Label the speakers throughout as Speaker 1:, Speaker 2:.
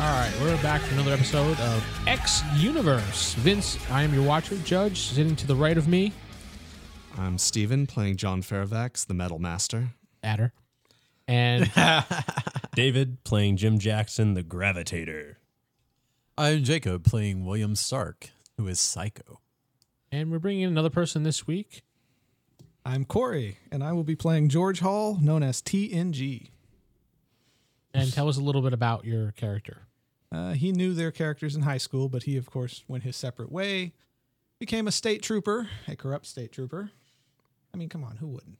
Speaker 1: right, we're back for another episode of X Universe. Vince, I am your watcher, judge, sitting to the right of me,
Speaker 2: I'm Steven, playing John Fairfax, the Metal Master.
Speaker 1: Adder. And
Speaker 3: David playing Jim Jackson, the Gravitator.
Speaker 4: I'm Jacob playing William Stark, who is psycho.
Speaker 1: and we're bringing in another person this week.
Speaker 5: I'm Corey, and I will be playing George Hall, known as TNG.
Speaker 1: And tell us a little bit about your character.
Speaker 5: Uh, he knew their characters in high school, but he, of course, went his separate way, became a state trooper, a corrupt state trooper. I mean, come on, who wouldn't?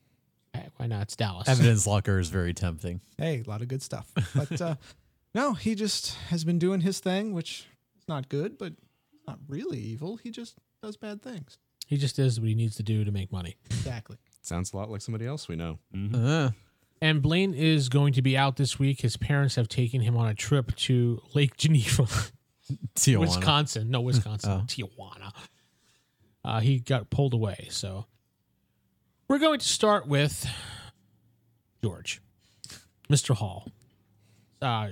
Speaker 1: Eh, Why not? It's Dallas.
Speaker 4: Evidence locker is very tempting.
Speaker 5: Hey, a lot of good stuff. But uh, no, he just has been doing his thing, which is not good, but he's not really evil. He just does bad things.
Speaker 1: He just is what he needs to do to make money.
Speaker 5: Exactly.
Speaker 2: Sounds a lot like somebody else we know.
Speaker 4: Uh,
Speaker 1: And Blaine is going to be out this week. His parents have taken him on a trip to Lake Geneva,
Speaker 4: Tijuana.
Speaker 1: Wisconsin. No, Wisconsin,
Speaker 5: Oh.
Speaker 1: Tijuana. Uh, he got pulled away. So we're going to start with George, Mr. Hall. Uh,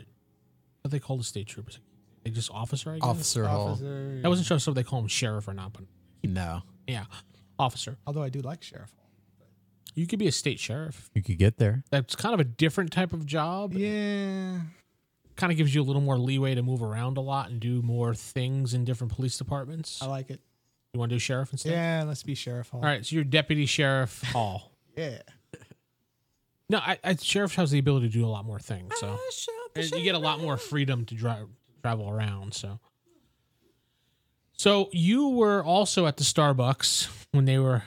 Speaker 1: what they call the state troopers? They just officer, I guess.
Speaker 4: Officer Hall.
Speaker 5: Officer-
Speaker 1: I wasn't sure if they call him sheriff or not, but
Speaker 4: No.
Speaker 1: yeah, officer.
Speaker 5: Although I do like Sheriff Hall.
Speaker 1: You could be a state sheriff.
Speaker 4: You could get there.
Speaker 1: That's kind of a different type of job.
Speaker 5: Yeah.
Speaker 1: kind of gives you a little more leeway to move around a lot and do more things in different police departments.
Speaker 5: I like it.
Speaker 1: You want to do sheriff instead?
Speaker 5: Yeah, let's be Sheriff Hall.
Speaker 1: All right, so you're deputy sheriff Hall.
Speaker 5: Yeah.
Speaker 1: No, I, I, sheriff has the ability to do a lot more things. So And you get a lot more freedom to drive travel around. So, so you were also at the Starbucks when they were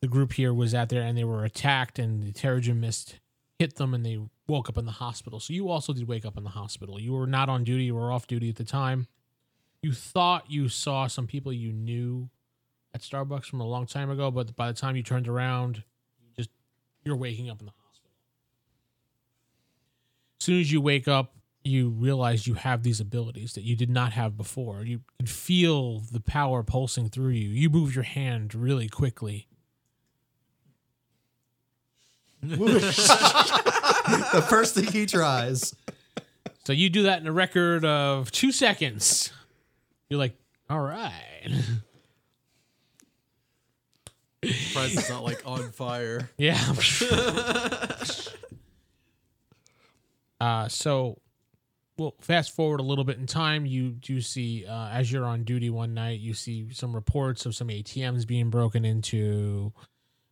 Speaker 1: the group here was out there and they were attacked and the Terrigen mist hit them and they woke up in the hospital. So you also did wake up in the hospital. You were not on duty. You were off duty at the time. You thought you saw some people you knew at Starbucks from a long time ago, but by the time you turned around, you just you're waking up in the hospital. As soon as you wake up, you realize you have these abilities that you did not have before. You can feel the power pulsing through you. You move your hand really quickly.
Speaker 6: the first thing he tries.
Speaker 1: So you do that in a record of two seconds. You're like, all right.
Speaker 4: Surprised it's not like on fire.
Speaker 1: Yeah. uh, so, well, fast forward a little bit in time. You do see, uh, as you're on duty one night, you see some reports of some ATMs being broken into.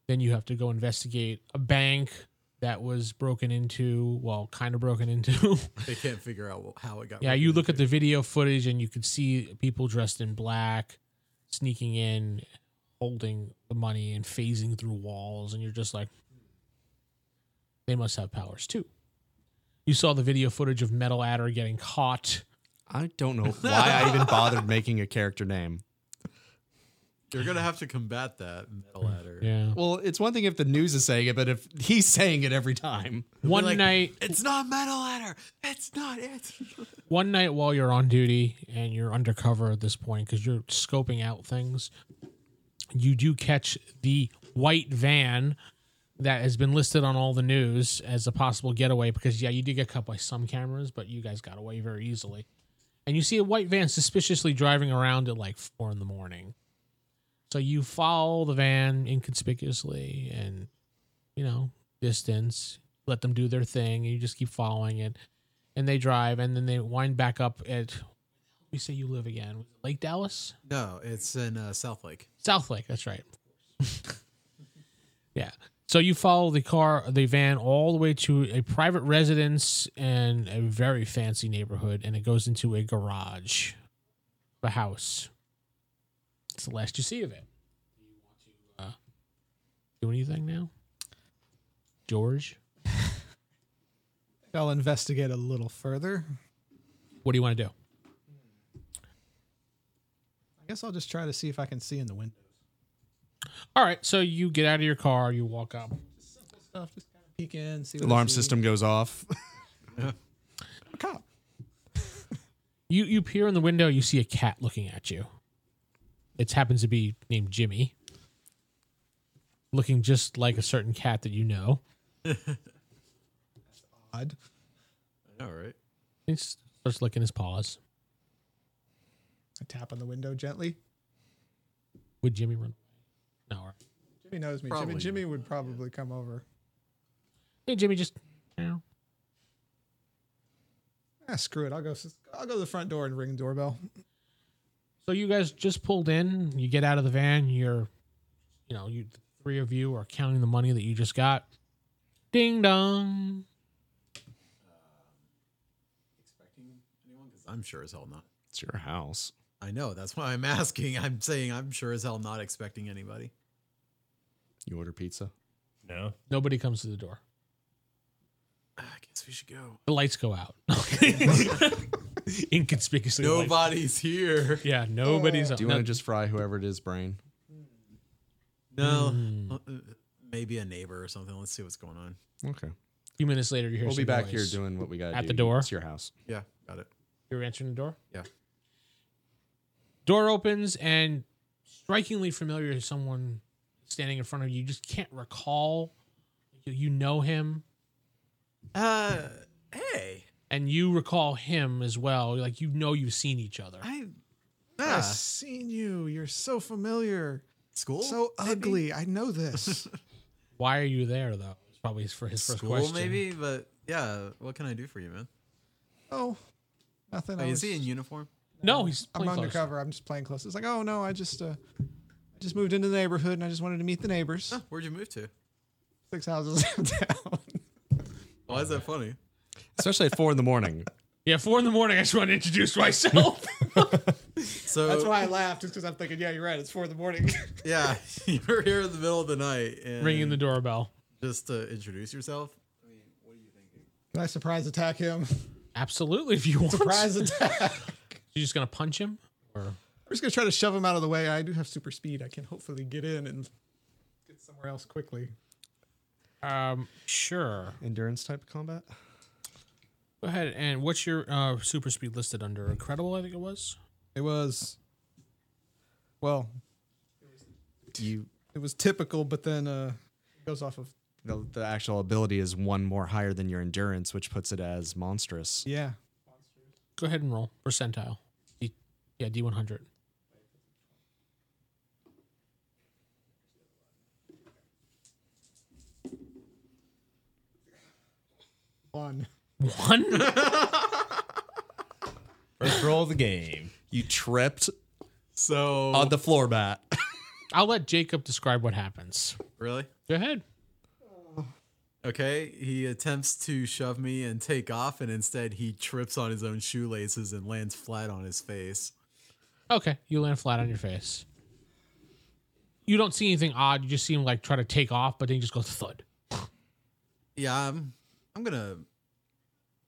Speaker 1: Then you have to go investigate a bank that was broken into, well, kind of broken into.
Speaker 4: They can't figure out how it got.
Speaker 1: yeah, you look at the video footage and you can see people dressed in black sneaking in, holding the money and phasing through walls, and you're just like, they must have powers too. You saw the video footage of Metal Adder getting caught.
Speaker 2: I don't know why I even bothered making a character name.
Speaker 4: You're gonna have to combat that metal ladder.
Speaker 1: Yeah.
Speaker 2: Well, it's one thing if the news is saying it, but if he's saying it every time.
Speaker 1: One
Speaker 4: like-
Speaker 1: night,
Speaker 4: It's not metal ladder. It's not it.
Speaker 1: one night while you're on duty and you're undercover at this point because you're scoping out things, you do catch the white van that has been listed on all the news as a possible getaway because yeah, you did get caught by some cameras, but you guys got away very easily. And you see a white van suspiciously driving around at like four in the morning. So you follow the van inconspicuously and you know, distance, let them do their thing, and you just keep following it and they drive and then they wind back up at we say you live again lake dallas
Speaker 4: No, it's in uh, South Lake.
Speaker 1: south lake that's right yeah so you follow the car the van all the way to a private residence and a very fancy neighborhood and it goes into a garage a house it's the last you see of it do you want to uh, do anything now george
Speaker 5: I'll investigate a little further.
Speaker 1: what do you want to do
Speaker 5: I guess I'll just try to see if I can see in the windows.
Speaker 1: all right so you get out of your car you walk up
Speaker 5: Stuff, just kind of peek in, see. What I
Speaker 2: Alarm
Speaker 5: see.
Speaker 2: system goes off.
Speaker 5: A cop.
Speaker 1: You you peer in the window, you see a cat looking at you. It happens to be named Jimmy. Looking just like a certain cat that you know.
Speaker 5: Odd.
Speaker 4: I know, right?
Speaker 1: He s- starts licking his paws.
Speaker 5: I tap on the window gently.
Speaker 1: Would Jimmy run? No. all right.
Speaker 5: Jimmy knows me.
Speaker 7: Probably.
Speaker 5: Jimmy, Jimmy would probably come over.
Speaker 1: Hey, Jimmy, just meow.
Speaker 5: Ah, screw it. I'll go. s- I'll go to the front door and ring the doorbell.
Speaker 1: So you guys just pulled in. You get out of the van. You're, you know, you the three of you are counting the money that you just got. Ding dong.
Speaker 7: I'm sure as hell not.
Speaker 8: It's your house.
Speaker 7: I know. That's why I'm asking. I'm saying I'm sure as hell not expecting anybody.
Speaker 8: You order pizza.
Speaker 9: No.
Speaker 1: Nobody comes to the door.
Speaker 7: Ah, I guess we should go.
Speaker 1: The lights go out. Inconspicuously. the lights-
Speaker 7: Nobody's here.
Speaker 1: Yeah, nobody's.
Speaker 8: Do you
Speaker 1: no-
Speaker 8: want to just fry whoever it is, brain?
Speaker 7: No.
Speaker 4: Hmm.
Speaker 7: Uh, uh, Maybe a neighbor or something. Let's see what's going on.
Speaker 8: Okay.
Speaker 1: a few minutes later, you hear.
Speaker 8: We'll be
Speaker 1: some
Speaker 8: back
Speaker 1: noise.
Speaker 8: here doing what we got
Speaker 1: At the door?
Speaker 8: It's your house.
Speaker 7: Yeah, got it.
Speaker 1: You're answering the door.
Speaker 7: Yeah.
Speaker 1: Door opens and strikingly familiar is someone standing in front of you. You just can't recall. You- You know him,
Speaker 7: Uh, hey,
Speaker 1: and you recall him as well. Like you know you've seen each other.
Speaker 5: I.
Speaker 2: Ah.
Speaker 7: Yeah.
Speaker 5: I've seen you. You're so familiar.
Speaker 7: school.
Speaker 5: So ugly. I know this.
Speaker 1: Why are you there though? It's probably his, for his first
Speaker 7: school
Speaker 1: question.
Speaker 7: maybe, but yeah. What can I do for you, man?
Speaker 5: oh, nothing. I
Speaker 7: Wait, is
Speaker 5: was,
Speaker 7: he in uniform?
Speaker 1: No, he's
Speaker 5: I'm
Speaker 1: plainclothes.
Speaker 5: undercover. I'm just playing close. It's like, oh no, I just, uh, I just moved into the neighborhood and I just wanted to meet the neighbors.
Speaker 7: Huh, Oh, where'd you move to?
Speaker 5: Six houses down.
Speaker 7: Why is that funny?
Speaker 8: Especially at four in the morning.
Speaker 1: Yeah, four in the morning. I just want to introduce myself.
Speaker 7: So
Speaker 5: That's why I laughed, just because I'm thinking, yeah, you're right. It's four in the morning.
Speaker 7: Yeah, you were here in the middle of the night and
Speaker 1: Ringing the doorbell.
Speaker 7: just to introduce yourself.
Speaker 5: Can I surprise attack him?
Speaker 1: Absolutely, if you want.
Speaker 5: Surprise attack.
Speaker 1: You're just gonna punch him, or
Speaker 5: I'm just gonna try to shove him out of the way. I do have super speed. I can hopefully get in and get somewhere else quickly.
Speaker 1: um, sure.
Speaker 8: Endurance type of combat?
Speaker 1: Go ahead and what's your uh, super speed listed under? Incredible, I think it was.
Speaker 5: It was, well,
Speaker 8: You
Speaker 5: it was typical, but then uh, it goes off of
Speaker 8: the, the actual ability is one more higher than your endurance, which puts it as monstrous.
Speaker 5: yeah.
Speaker 1: Go ahead and roll percentile. D, yeah, D one hundred.
Speaker 5: One.
Speaker 1: One.
Speaker 9: First roll of the game.
Speaker 8: You tripped
Speaker 7: So
Speaker 8: on the floor mat.
Speaker 1: I'll let Jacob describe what happens.
Speaker 7: really,
Speaker 1: Go ahead.
Speaker 7: okay, he attempts to shove me and take off, and instead he trips on his own shoelaces and lands flat on his face.
Speaker 1: Okay, you land flat on your face. You don't see anything odd. You just see him like try to take off, but then he just goes thud.
Speaker 7: Yeah, I'm, I'm gonna,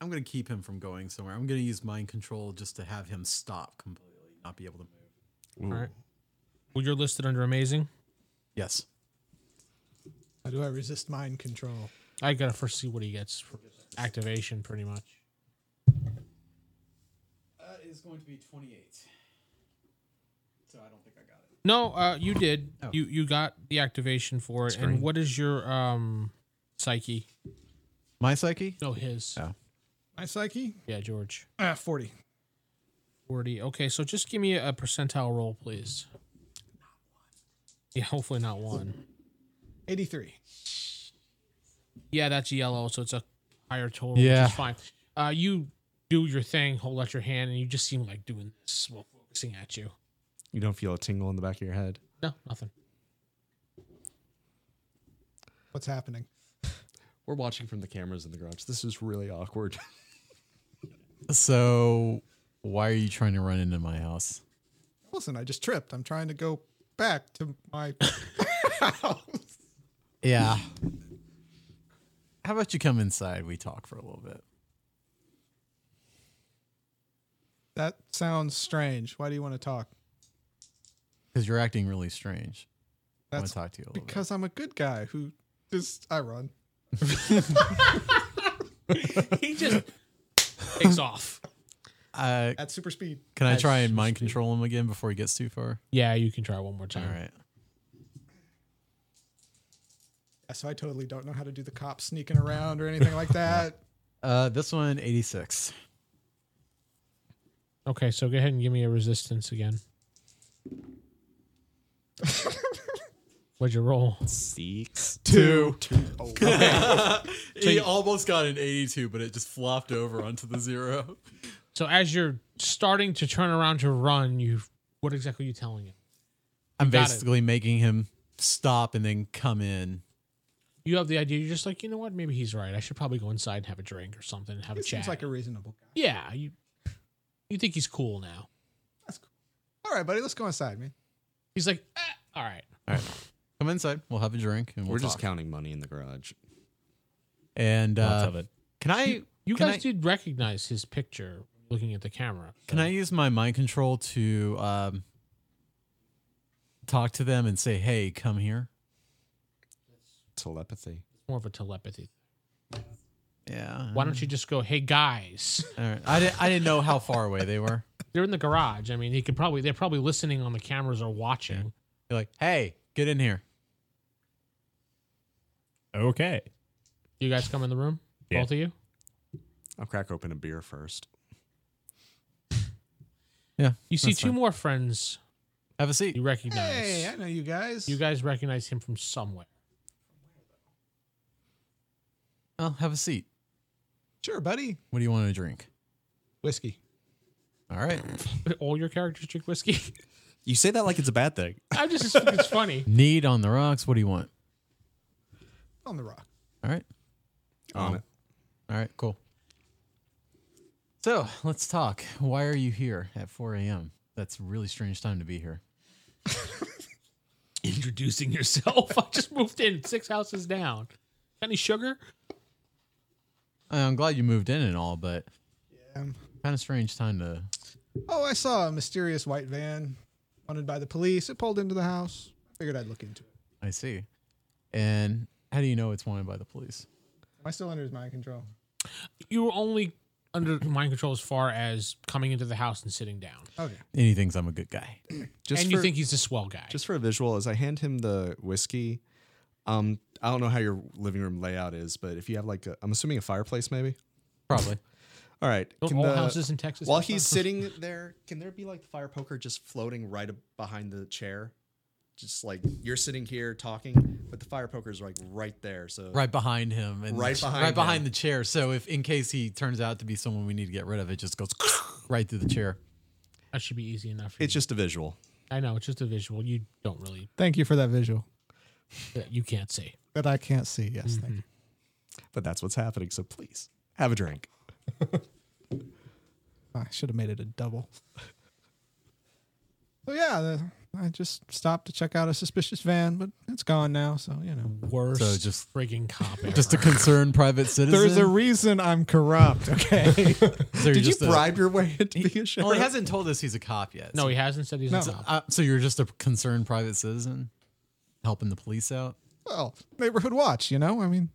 Speaker 7: I'm gonna keep him from going somewhere. I'm gonna use mind control just to have him stop completely, not be able to move.
Speaker 1: All right. Well, you're listed under amazing.
Speaker 7: Yes.
Speaker 5: How do I resist mind control?
Speaker 1: I gotta first see what he gets for activation, pretty much.
Speaker 7: That is going to be 28. So I don't think I got it.
Speaker 1: No, uh, you did. You you got the activation for it. And what is your um psyche?
Speaker 7: My psyche?
Speaker 1: No, his.
Speaker 7: Oh.
Speaker 5: My psyche?
Speaker 1: Yeah, George.
Speaker 5: Ah, 40.
Speaker 1: Forty. Okay, so just give me a percentile roll, please. Yeah, hopefully not one.
Speaker 5: 83.
Speaker 1: Yeah, that's yellow, so it's a higher total.
Speaker 9: Yeah.
Speaker 1: which is fine. Uh, you do your thing, hold out your hand, and you just seem like doing this while focusing at you.
Speaker 8: You don't feel a tingle in the back of your head.
Speaker 1: No, nothing.
Speaker 5: What's happening?
Speaker 8: We're watching from the cameras in the garage. This is really awkward.
Speaker 7: So why are you trying to run into my house?
Speaker 5: Listen, I just tripped. I'm trying to go back to my house.
Speaker 7: Yeah. How about you come inside? We talk for a little bit.
Speaker 5: That sounds strange. Why do you want to talk?
Speaker 7: Because you're acting really strange. I want
Speaker 5: That's
Speaker 7: to talk to you a little
Speaker 5: because I'm a good guy who just I run.
Speaker 1: He just takes off.
Speaker 7: bit. Uh,
Speaker 5: At super speed.
Speaker 7: can I try and mind control him again before he gets too far?
Speaker 1: Yeah, you can try one more time.
Speaker 7: All right.
Speaker 5: Yeah, so I totally don't know how to do the cops sneaking around or anything like that.
Speaker 7: Uh, this one, 86.
Speaker 1: Okay, so go ahead and give me a resistance again. What'd you roll?
Speaker 8: Six.
Speaker 5: Two. Oh,
Speaker 7: he almost got an 82, but it just flopped over onto the zero.
Speaker 1: So as you're starting to turn around to run, you what exactly are you telling him?
Speaker 7: I'm
Speaker 1: got it.
Speaker 7: basically making him stop and then come in.
Speaker 1: You have the idea. You're just like, you know what? Maybe he's right. I should probably go inside and have a drink or something. Have a
Speaker 5: He
Speaker 1: chat.
Speaker 5: seems like a reasonable guy.
Speaker 1: yeah, you you think he's cool now?
Speaker 5: That's cool. All right, buddy, let's go inside, man.
Speaker 1: He's like, eh, all right.
Speaker 7: Come inside. We'll have a drink and we'll
Speaker 8: We're just
Speaker 7: talk.
Speaker 8: counting money in the garage.
Speaker 7: And
Speaker 3: Lots
Speaker 7: uh,
Speaker 3: of it.
Speaker 7: can I
Speaker 1: You
Speaker 7: can
Speaker 1: guys
Speaker 7: I-
Speaker 1: did recognize his picture looking at the camera.
Speaker 7: Can I use my mind control to um, talk to them and say, "Hey, come here"?
Speaker 8: Telepathy.
Speaker 1: It's more of a telepathy.
Speaker 7: Yeah.
Speaker 1: Why don't you just go, hey guys?
Speaker 7: All right. I didn't. I didn't know how far away they were.
Speaker 1: They're in the garage. I mean, he could probably they're probably listening on the cameras or watching.
Speaker 7: You're like, "Hey, get in here."
Speaker 3: Okay.
Speaker 1: You guys come in the room,
Speaker 3: Yeah.
Speaker 1: both of you.
Speaker 8: I'll crack open a beer first.
Speaker 7: Yeah.
Speaker 1: You see
Speaker 7: That's
Speaker 1: two
Speaker 7: fine.
Speaker 1: more friends
Speaker 7: Have a seat.
Speaker 1: you recognize.
Speaker 5: Hey, I know you guys.
Speaker 1: You guys recognize him from somewhere.
Speaker 7: Well, have a seat.
Speaker 5: sure, buddy.
Speaker 7: What do you want to drink?
Speaker 5: Whiskey.
Speaker 7: All right.
Speaker 1: All your characters drink whiskey.
Speaker 8: You say that like it's a bad thing.
Speaker 1: I just think it's funny.
Speaker 7: Need on the rocks. What do you want?
Speaker 5: On the rock.
Speaker 7: All right.
Speaker 8: On it.
Speaker 7: All right. Cool. So let's talk. Why are you here at 4 a.m.? That's a really strange time to be here.
Speaker 1: Introducing yourself. I just moved in six houses down. Got any sugar?
Speaker 7: I'm glad you moved in and all, but
Speaker 5: Um,
Speaker 7: kind of strange time to
Speaker 5: oh, I saw a mysterious white van wanted by the police. It pulled into the house. Figured I'd look into it.
Speaker 7: I see. And how do you know it's wanted by the police?
Speaker 5: Am I still under his mind control?
Speaker 1: You were only under mind control as far as coming into the house and sitting down.
Speaker 5: Okay.
Speaker 7: And he thinks I'm a good guy.
Speaker 8: Just
Speaker 1: and
Speaker 8: for,
Speaker 1: you think he's a swell guy.
Speaker 8: just for a visual, as I hand him the whiskey, um, I don't know how your living room layout is, but if you have like, a, I'm assuming a fireplace, maybe.
Speaker 7: Probably.
Speaker 8: All right.
Speaker 1: Don't
Speaker 8: can
Speaker 1: all
Speaker 8: the-
Speaker 1: houses in Texas
Speaker 8: While
Speaker 1: have
Speaker 8: he's
Speaker 1: fire-
Speaker 8: sitting there, can there be like the fire poker just floating right ab- behind the chair? Just like you're sitting here talking, but the fire poker's like right there. So
Speaker 7: right behind him and
Speaker 8: Right behind
Speaker 7: right behind
Speaker 8: him.
Speaker 7: the chair. So if in case he turns out to be someone we need to get rid of, it just goes right through the chair.
Speaker 1: that should be easy enough. For
Speaker 8: it's
Speaker 1: you.
Speaker 8: just a visual.
Speaker 1: I know it's just a visual. You don't really
Speaker 5: Thank you for that visual
Speaker 1: you can't see.
Speaker 5: that I can't see. Yes, thank you.
Speaker 8: But that's what's happening. So please have a drink.
Speaker 5: I should have made it a double. So yeah, the, I just stopped to check out a suspicious van, but it's gone now. So you know,
Speaker 1: Worst
Speaker 7: So just-
Speaker 1: frigging cop ever.
Speaker 7: Just a concerned private citizen.
Speaker 5: there's a reason I'm corrupt. Okay,
Speaker 7: so
Speaker 8: Did you bribe your way into being a
Speaker 7: well, he
Speaker 8: sheriff?
Speaker 7: hasn't told us he's a cop yet.
Speaker 1: no,
Speaker 7: So,
Speaker 1: he hasn't said he's
Speaker 5: No.
Speaker 1: a cop.
Speaker 7: uh, so you're just a concerned private citizen helping the police out.
Speaker 5: well, neighborhood watch. You know, I mean,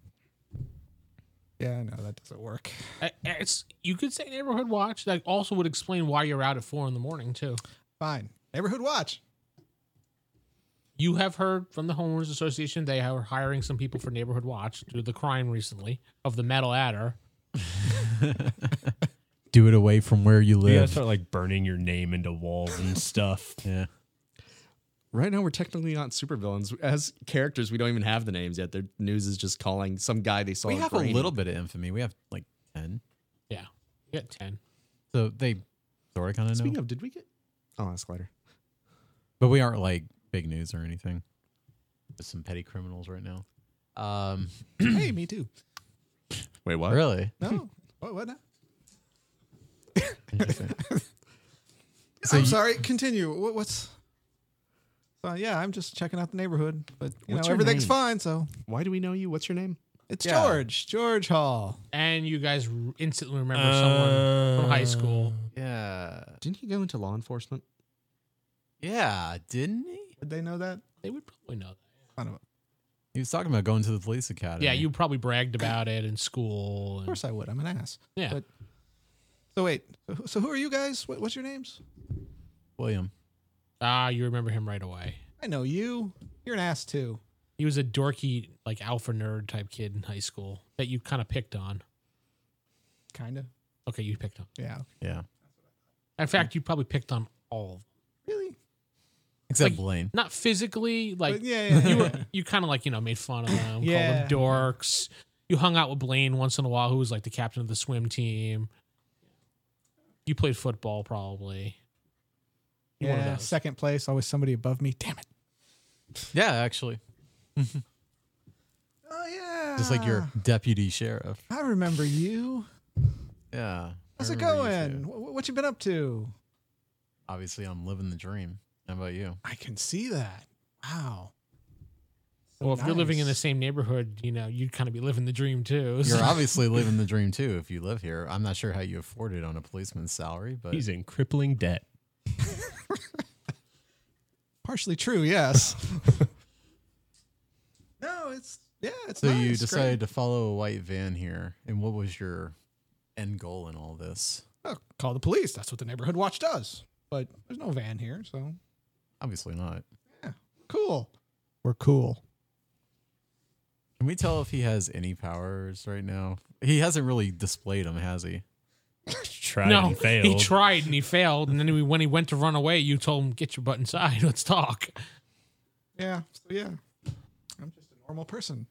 Speaker 5: yeah, no, that doesn't work.
Speaker 1: I- It's you could say neighborhood watch. That also would explain why you're out at four in the morning too.
Speaker 5: Fine, neighborhood watch.
Speaker 1: You have heard from the homeowners association they are hiring some people for neighborhood watch due to the crime recently of the metal adder.
Speaker 7: Do it away from where you
Speaker 3: You gotta
Speaker 7: live.
Speaker 3: start like burning your name into walls and stuff.
Speaker 7: yeah.
Speaker 8: right now, we're technically not supervillains. As characters, we don't even have the names yet. Their news is just calling some guy they saw.
Speaker 7: We
Speaker 8: in
Speaker 7: have a
Speaker 8: Brainy.
Speaker 7: little bit of infamy. We have like ten.
Speaker 1: Yeah, you got ten.
Speaker 7: So they sort of kind of know.
Speaker 8: Speaking of, did we get? oh, I'll ask later.
Speaker 7: But we aren't like big news or anything. Just some petty criminals right now. Um,
Speaker 5: hey, me too.
Speaker 8: Wait, what?
Speaker 7: really?
Speaker 5: No, what? What? Now?
Speaker 7: Interesting.
Speaker 5: I'm sorry. Continue. What, what's? So yeah, I'm just checking out the neighborhood, but you
Speaker 8: What's
Speaker 5: know
Speaker 8: your
Speaker 5: everything's
Speaker 8: name?
Speaker 5: fine. So
Speaker 8: Why do we know you? What's your name?
Speaker 5: it's
Speaker 7: Yeah.
Speaker 5: George, George Hall.
Speaker 1: And you guys r- instantly remember someone from high school.
Speaker 5: Uh,
Speaker 7: yeah.
Speaker 8: Didn't he go into law enforcement?
Speaker 7: Yeah. Didn't he?
Speaker 5: Did they know that?
Speaker 1: They would probably know that.
Speaker 5: Son of a- Of
Speaker 7: He was talking about going to the police academy.
Speaker 1: Yeah, you probably bragged about it in school. and-
Speaker 5: course I would. I'm an ass.
Speaker 1: yeah,
Speaker 5: but- So wait. So, who- so who are you guys? What, what's your names?
Speaker 7: William.
Speaker 1: ah, you remember him right away.
Speaker 5: I know you. You're an ass too.
Speaker 1: He was a dorky, like alpha nerd type kid in high school that you kind of picked on.
Speaker 5: Kinda.
Speaker 1: Okay, you picked on.
Speaker 5: Yeah.
Speaker 7: Yeah.
Speaker 1: In fact, you probably picked on all of them.
Speaker 5: Really?
Speaker 7: Except Blaine.
Speaker 1: Not physically, like
Speaker 5: But yeah, yeah,
Speaker 1: you were
Speaker 5: yeah.
Speaker 1: you kind of like, you know, made fun of them,
Speaker 5: Yeah.
Speaker 1: called them dorks. You hung out with Blaine once in a while, who was like the captain of the swim team. You played football probably. You're one of
Speaker 5: Yeah,
Speaker 1: those.
Speaker 5: second place, always somebody above me. Damn it.
Speaker 7: Yeah, actually.
Speaker 5: Oh yeah.
Speaker 7: Just like your deputy sheriff.
Speaker 5: I remember you.
Speaker 7: Yeah.
Speaker 5: How's it
Speaker 7: I remember you
Speaker 5: going?
Speaker 7: too.
Speaker 5: What, what you been up to?
Speaker 7: Obviously, I'm living the dream. How about you?
Speaker 5: I can see that. Wow. So
Speaker 1: well, if you're living in the
Speaker 5: nice.
Speaker 1: same neighborhood, you know, you'd kind of be living the dream too.
Speaker 7: You're obviously living the dream too if you live here. I'm not sure how you afford it on a policeman's salary, but
Speaker 3: He's in crippling debt.
Speaker 5: partially true, yes. no, it's yeah, it's
Speaker 7: so
Speaker 5: nice.
Speaker 7: you
Speaker 5: great.
Speaker 7: decided to follow a white van here. And what was your end goal in all this?
Speaker 5: Oh, call the police. That's what the neighborhood watch does. But there's no van here, so
Speaker 7: Obviously not.
Speaker 5: cool. We're cool.
Speaker 7: Can we tell if he has any powers right now? He hasn't really displayed them, has he?
Speaker 3: Tried
Speaker 1: no,
Speaker 3: and failed.
Speaker 1: he tried and he failed, and then he, when he went to run away, you told him, "Get your butt inside. Let's talk."
Speaker 5: Yeah. So yeah. I'm just a normal person.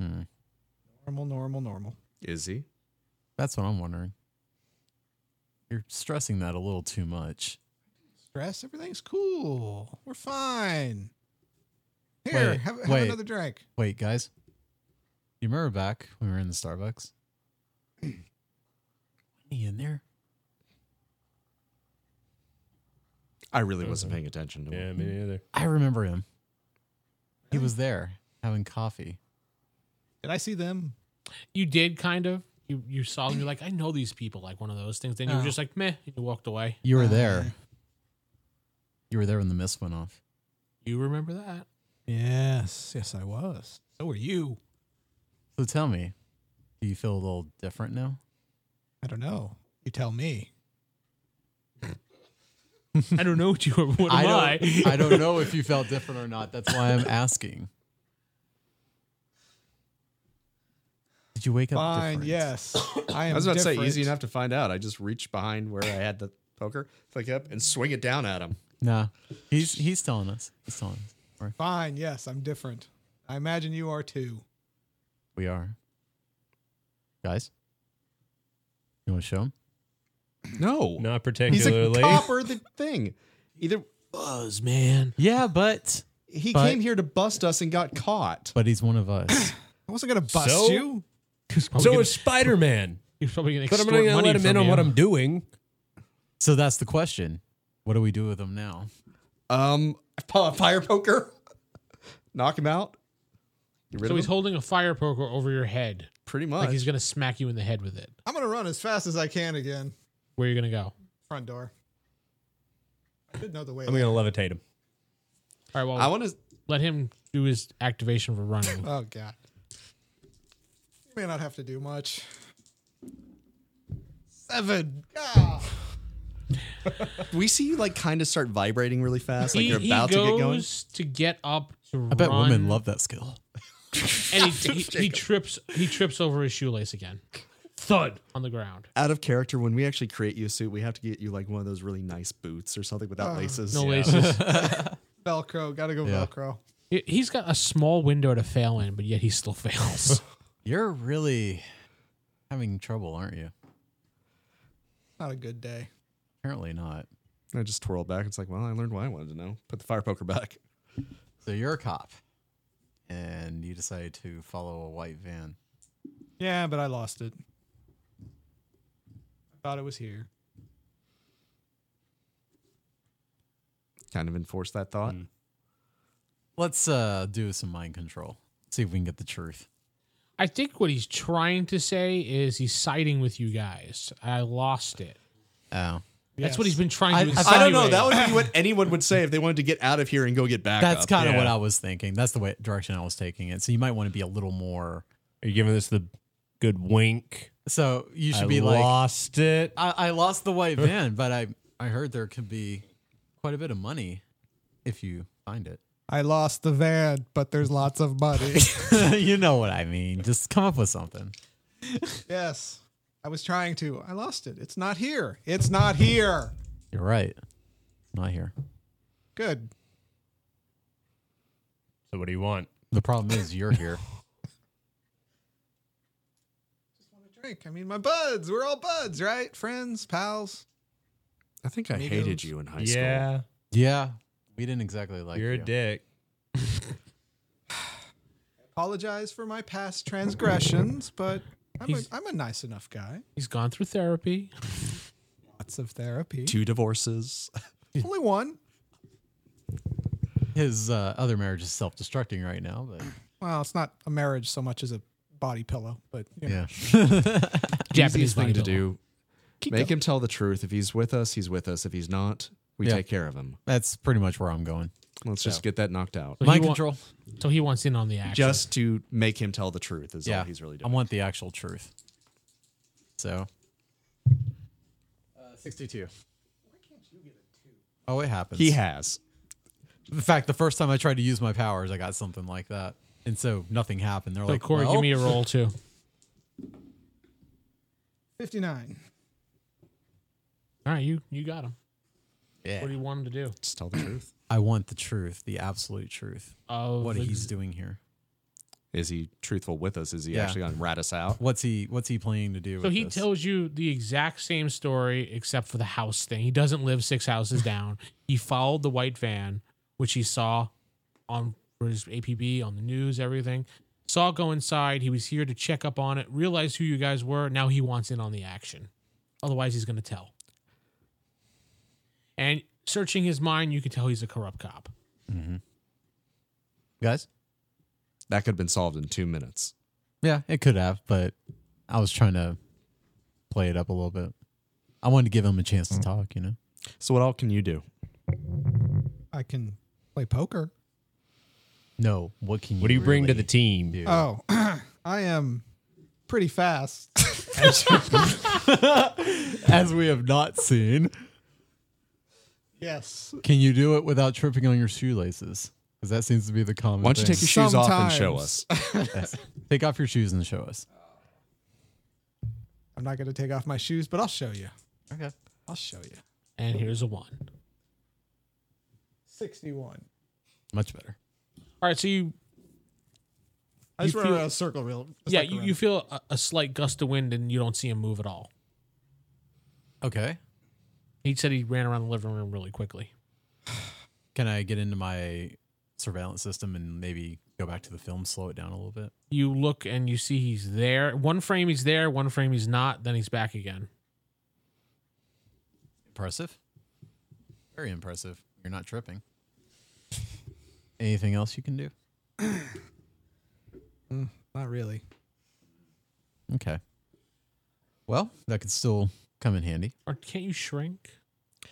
Speaker 7: Hmm.
Speaker 5: Normal, normal, normal.
Speaker 2: Is he?
Speaker 7: That's what I'm wondering. You're stressing that a little too much.
Speaker 5: Stress, everything's cool. We're fine. Here,
Speaker 7: Wait,
Speaker 5: have, have
Speaker 7: wait.
Speaker 5: another drink.
Speaker 7: Wait, guys. You remember back when we were in the Starbucks? he in there?
Speaker 2: I really wasn't paying attention to
Speaker 3: Yeah,
Speaker 2: him.
Speaker 3: me neither.
Speaker 7: I remember him. He was there having coffee.
Speaker 5: Did I see them?
Speaker 1: You did kind of. You you saw him. You're like, "I know these people." Like one of those things. Then you were
Speaker 5: Oh.
Speaker 1: just like, "Meh," and you walked away.
Speaker 7: You were there. You were there when the mist went off.
Speaker 1: You remember that?
Speaker 5: Yes, yes, I was. So were you.
Speaker 7: So tell me, do you feel a little different now?
Speaker 5: I don't know. You tell me.
Speaker 1: I don't know what you were. What am I?
Speaker 7: don't, I don't know if you felt different or not. That's why I'm asking. Did you wake up
Speaker 5: Fine.
Speaker 7: different?
Speaker 5: Yes, I am.
Speaker 2: I was about to say
Speaker 5: different.
Speaker 2: easy enough to find out. I just reached behind where I had the poker, flick it up, and swing it down at him.
Speaker 7: Nah. He's he's telling us. He's telling us.
Speaker 5: Fine. Yes, I'm different. I imagine you are too.
Speaker 7: We are. Guys? You want to show him?
Speaker 2: No,
Speaker 3: Not
Speaker 2: he's a
Speaker 3: particularly.
Speaker 2: copper. The thing, either
Speaker 1: Buzz, man.
Speaker 7: Yeah, but
Speaker 2: he
Speaker 7: But-
Speaker 2: came here to bust us and got caught.
Speaker 7: but he's one of us.
Speaker 5: I wasn't gonna bust
Speaker 3: So?
Speaker 5: you.
Speaker 1: He's probably
Speaker 3: So
Speaker 1: gonna,
Speaker 3: is Spider Man.
Speaker 1: he's probably gonna.
Speaker 3: But I'm
Speaker 1: extort
Speaker 3: not going to
Speaker 1: money
Speaker 3: let him
Speaker 1: from
Speaker 3: in on
Speaker 1: you.
Speaker 3: what I'm doing.
Speaker 7: so that's the question. What do we do with him now?
Speaker 2: Um, po- fire poker, knock him out. Get rid
Speaker 1: So
Speaker 2: of
Speaker 1: he's
Speaker 2: him?
Speaker 1: holding a fire poker over your head,
Speaker 2: pretty
Speaker 1: like
Speaker 2: much.
Speaker 1: he's gonna smack you in the head with it.
Speaker 5: I'm gonna run as fast as I can again.
Speaker 1: Where are you gonna go? All
Speaker 5: Front door. I did know the way.
Speaker 3: I'm
Speaker 5: there.
Speaker 3: going to levitate him.
Speaker 1: right. Well,
Speaker 2: I want to.
Speaker 1: let him do his activation for running.
Speaker 5: Oh god. You may not have to do much. Seven. God.
Speaker 2: We see you like kind of start vibrating really fast, like
Speaker 1: he,
Speaker 2: you're
Speaker 1: he
Speaker 2: about to get going.
Speaker 1: goes to get up to
Speaker 7: I bet
Speaker 1: run,
Speaker 7: women love that skill.
Speaker 1: and he, he, he trips he trips over his shoelace again, thud on the ground.
Speaker 2: Out of character, when we actually create you a suit, we have to get you like one of those really nice boots or something without laces.
Speaker 1: Ah, No laces.
Speaker 5: Velcro. Gotta go
Speaker 7: Yeah.
Speaker 5: Velcro.
Speaker 1: He- He's got a small window to fail in, but yet he still fails.
Speaker 7: You're really having trouble, aren't you?
Speaker 5: Not a good day.
Speaker 7: Apparently not.
Speaker 2: I just twirl back. It's like, well, I learned what I wanted to know. Put the fire poker back.
Speaker 7: So you're a cop and you decided to follow a white van.
Speaker 5: Yeah, but I lost it. I thought it was here.
Speaker 2: Kind of enforce that thought.
Speaker 8: Hmm.
Speaker 7: Let's uh do some mind control. See if we can get the truth.
Speaker 1: I think what he's trying to say is he's siding with you guys. I lost it.
Speaker 7: Oh.
Speaker 1: That's what he's been trying to.
Speaker 7: I-
Speaker 1: insinuate.
Speaker 2: I don't know. That would be what anyone would say if they wanted to get out of here and go get back.
Speaker 7: That's
Speaker 2: up.
Speaker 7: kind of
Speaker 3: Yeah.
Speaker 7: what I was thinking. That's the way direction I was taking it. So you might want to be a little more.
Speaker 3: Are you giving this the good wink?
Speaker 7: So you should
Speaker 3: I
Speaker 7: be like,
Speaker 3: lost it.
Speaker 7: I, I lost the white van, but I I heard there could be quite a bit of money if you find it.
Speaker 5: I lost the van, but there's lots of money.
Speaker 7: you know what I mean. Just come up with something.
Speaker 5: yes. I was trying to. I lost it. It's not here. It's not here.
Speaker 7: You're right. Not here.
Speaker 5: Good.
Speaker 3: So what do you want?
Speaker 7: The problem is you're here.
Speaker 5: Drink. I mean, my buds. We're all buds, right? Friends, pals.
Speaker 8: I think I
Speaker 5: Amigos.
Speaker 8: hated you in high school.
Speaker 3: yeah,
Speaker 7: yeah. We didn't exactly like
Speaker 3: you're
Speaker 7: you.
Speaker 3: a dick.
Speaker 5: Apologize for my past transgressions, but I'm, a,
Speaker 1: He's-
Speaker 5: I'm a nice enough guy.
Speaker 1: He's gone through therapy.
Speaker 5: Lots of therapy.
Speaker 8: Two divorces.
Speaker 5: Only one.
Speaker 7: His uh, other marriage is self-destructing right now, but
Speaker 5: Well, it's not a marriage so much as a body pillow, but you know.
Speaker 7: yeah.
Speaker 1: Japanese
Speaker 8: thing to
Speaker 1: bodybuilder.
Speaker 8: do. Make him tell the truth. If he's with us, he's with us. If he's not, we
Speaker 7: Yeah.
Speaker 8: take care of him.
Speaker 7: That's pretty much where I'm going.
Speaker 8: Let's just get that knocked out.
Speaker 1: So he
Speaker 7: Mind
Speaker 1: wa-
Speaker 7: control.
Speaker 1: so he wants in on the action.
Speaker 8: Just to make him tell the truth is
Speaker 7: yeah.
Speaker 8: all he's really
Speaker 7: I
Speaker 8: doing.
Speaker 7: want the actual truth. So. Uh, 62. Oh, it happens.
Speaker 8: He has.
Speaker 7: In fact, the first time I tried to use my powers, I got something like that. And so nothing happened. They're
Speaker 1: So
Speaker 7: like,
Speaker 1: Corey,
Speaker 7: "Well,
Speaker 1: give me a roll too.
Speaker 5: 59.
Speaker 1: All right, you you got him.
Speaker 7: yeah.
Speaker 1: What do you want him to do?
Speaker 8: Just tell the truth.
Speaker 7: I want the truth, the absolute truth.
Speaker 1: Of
Speaker 7: What
Speaker 1: the-
Speaker 7: he's doing here.
Speaker 8: Is he truthful with us? Is he
Speaker 7: Yeah.
Speaker 8: actually going to rat us out?
Speaker 7: What's he what's he planning to do?
Speaker 1: So
Speaker 7: with
Speaker 1: he
Speaker 7: this?
Speaker 1: tells you the exact same story except for the house thing. He doesn't live six houses down. He followed the white van, which he saw on for his APB, on the news, everything. Saw go inside. He was here to check up on it, realized who you guys were. Now he wants in on the action. Otherwise, he's going to tell. And searching his mind, you can tell he's a corrupt cop.
Speaker 7: guys.
Speaker 8: That could have been solved in two minutes.
Speaker 7: Yeah, it could have, but I was trying to play it up a little bit. I wanted to give him a chance to talk, you know.
Speaker 8: So what all can you do?
Speaker 5: I can play poker.
Speaker 7: No, what can you
Speaker 3: What do you bring to
Speaker 7: really
Speaker 3: the team? Uh,
Speaker 7: do?
Speaker 5: Oh, I am pretty fast.
Speaker 7: As we have not seen,
Speaker 5: yes.
Speaker 7: can you do it without tripping on your shoelaces? Because that seems to be the common.
Speaker 8: Why don't you take your shoes off and show us?
Speaker 5: Sometimes.
Speaker 7: take off your shoes and show us?
Speaker 5: I'm not going to take off my shoes, but I'll show you.
Speaker 7: Okay.
Speaker 5: I'll show you.
Speaker 1: And here's a one.
Speaker 5: 61.
Speaker 7: Much better.
Speaker 1: All right, so you
Speaker 5: I just
Speaker 1: You
Speaker 5: went
Speaker 1: feel-
Speaker 5: around a circle real. a
Speaker 1: yeah
Speaker 5: circle
Speaker 1: you,
Speaker 5: around.
Speaker 1: you feel a, a slight gust of wind and you don't see him move at all.
Speaker 7: Okay.
Speaker 1: He said he ran around the living room really quickly.
Speaker 7: Can I get into my surveillance system and maybe go back to the film, slow it down a little bit?
Speaker 1: You look and you see he's there. One frame he's there, one frame he's not, then he's back again.
Speaker 7: Impressive. Very impressive. You're not tripping. Anything else you can do?
Speaker 5: Not really.
Speaker 7: Okay. Well, that could still come in handy.
Speaker 1: Or can't you shrink?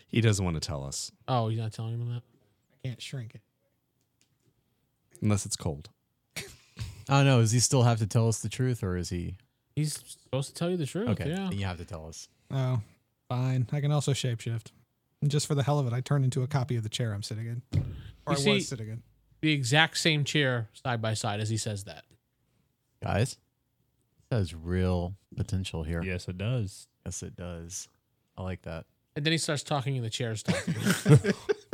Speaker 8: He doesn't want to tell us
Speaker 1: Oh, you're not telling him that?
Speaker 5: I can't shrink it.
Speaker 8: unless it's cold.
Speaker 7: I don't know. Does he still have to tell us the truth, or is he
Speaker 1: He's supposed to tell you the truth.
Speaker 7: okay?
Speaker 1: Oh, Yeah.
Speaker 7: then You have to tell us.
Speaker 5: Oh, fine. I can also shapeshift. And just for the hell of it, I turned into a copy of the chair I'm sitting in. Or
Speaker 1: You
Speaker 5: I
Speaker 1: see-
Speaker 5: was sitting in.
Speaker 1: The exact same chair side by side as he says that.
Speaker 7: Guys, that is real potential here.
Speaker 3: Yes, it does.
Speaker 7: Yes, it does. I like that.
Speaker 1: And then he starts talking and the chair's talking.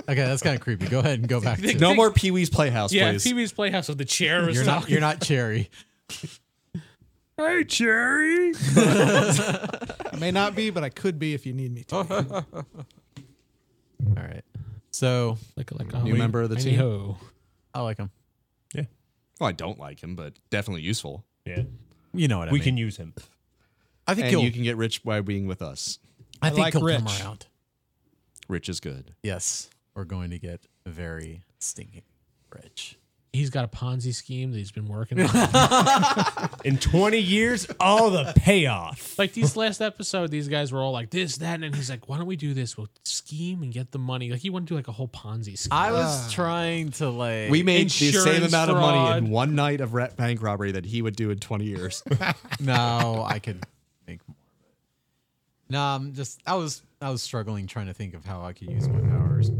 Speaker 7: Okay, that's kind of creepy. Go ahead and go back. to
Speaker 8: No more Pee Wee's Playhouse,
Speaker 1: yeah,
Speaker 8: please.
Speaker 1: TV's Playhouse of the chair is
Speaker 7: You're not.
Speaker 1: talking.
Speaker 7: You're not cherry.
Speaker 8: hey, Cherry.
Speaker 5: I may not be, but I could be if you need me
Speaker 1: Oh,
Speaker 5: to.
Speaker 7: All right. So
Speaker 1: like, like
Speaker 8: New member of the team.
Speaker 1: Anyhow.
Speaker 7: I like him.
Speaker 8: Well, I don't like him, but definitely useful.
Speaker 3: Yeah,
Speaker 7: You know what I
Speaker 3: we
Speaker 7: mean.
Speaker 3: can use him.
Speaker 7: I think
Speaker 8: And
Speaker 7: he'll.
Speaker 8: you can get rich by being with us.
Speaker 7: I think
Speaker 5: like
Speaker 7: he'll
Speaker 5: Rich.
Speaker 7: come around.
Speaker 8: Rich is good.
Speaker 7: Yes, we're going to get very stinking rich.
Speaker 1: He's got a Ponzi scheme that he's been working on.
Speaker 3: In 20 years, all the payoff.
Speaker 1: like these last episode, these guys were all like this, that, and then he's like, "Why don't we do this? We'll scheme and get the money." Like he wanted to do like a whole Ponzi scheme.
Speaker 7: I was trying to like.
Speaker 8: We made the same
Speaker 1: Insurance
Speaker 8: amount of money
Speaker 1: fraud.
Speaker 8: in one night of rat bank robbery that he would do in 20 years.
Speaker 7: no, I could think more. But no, I'm just. I was. I was struggling trying to think of how I could use my powers.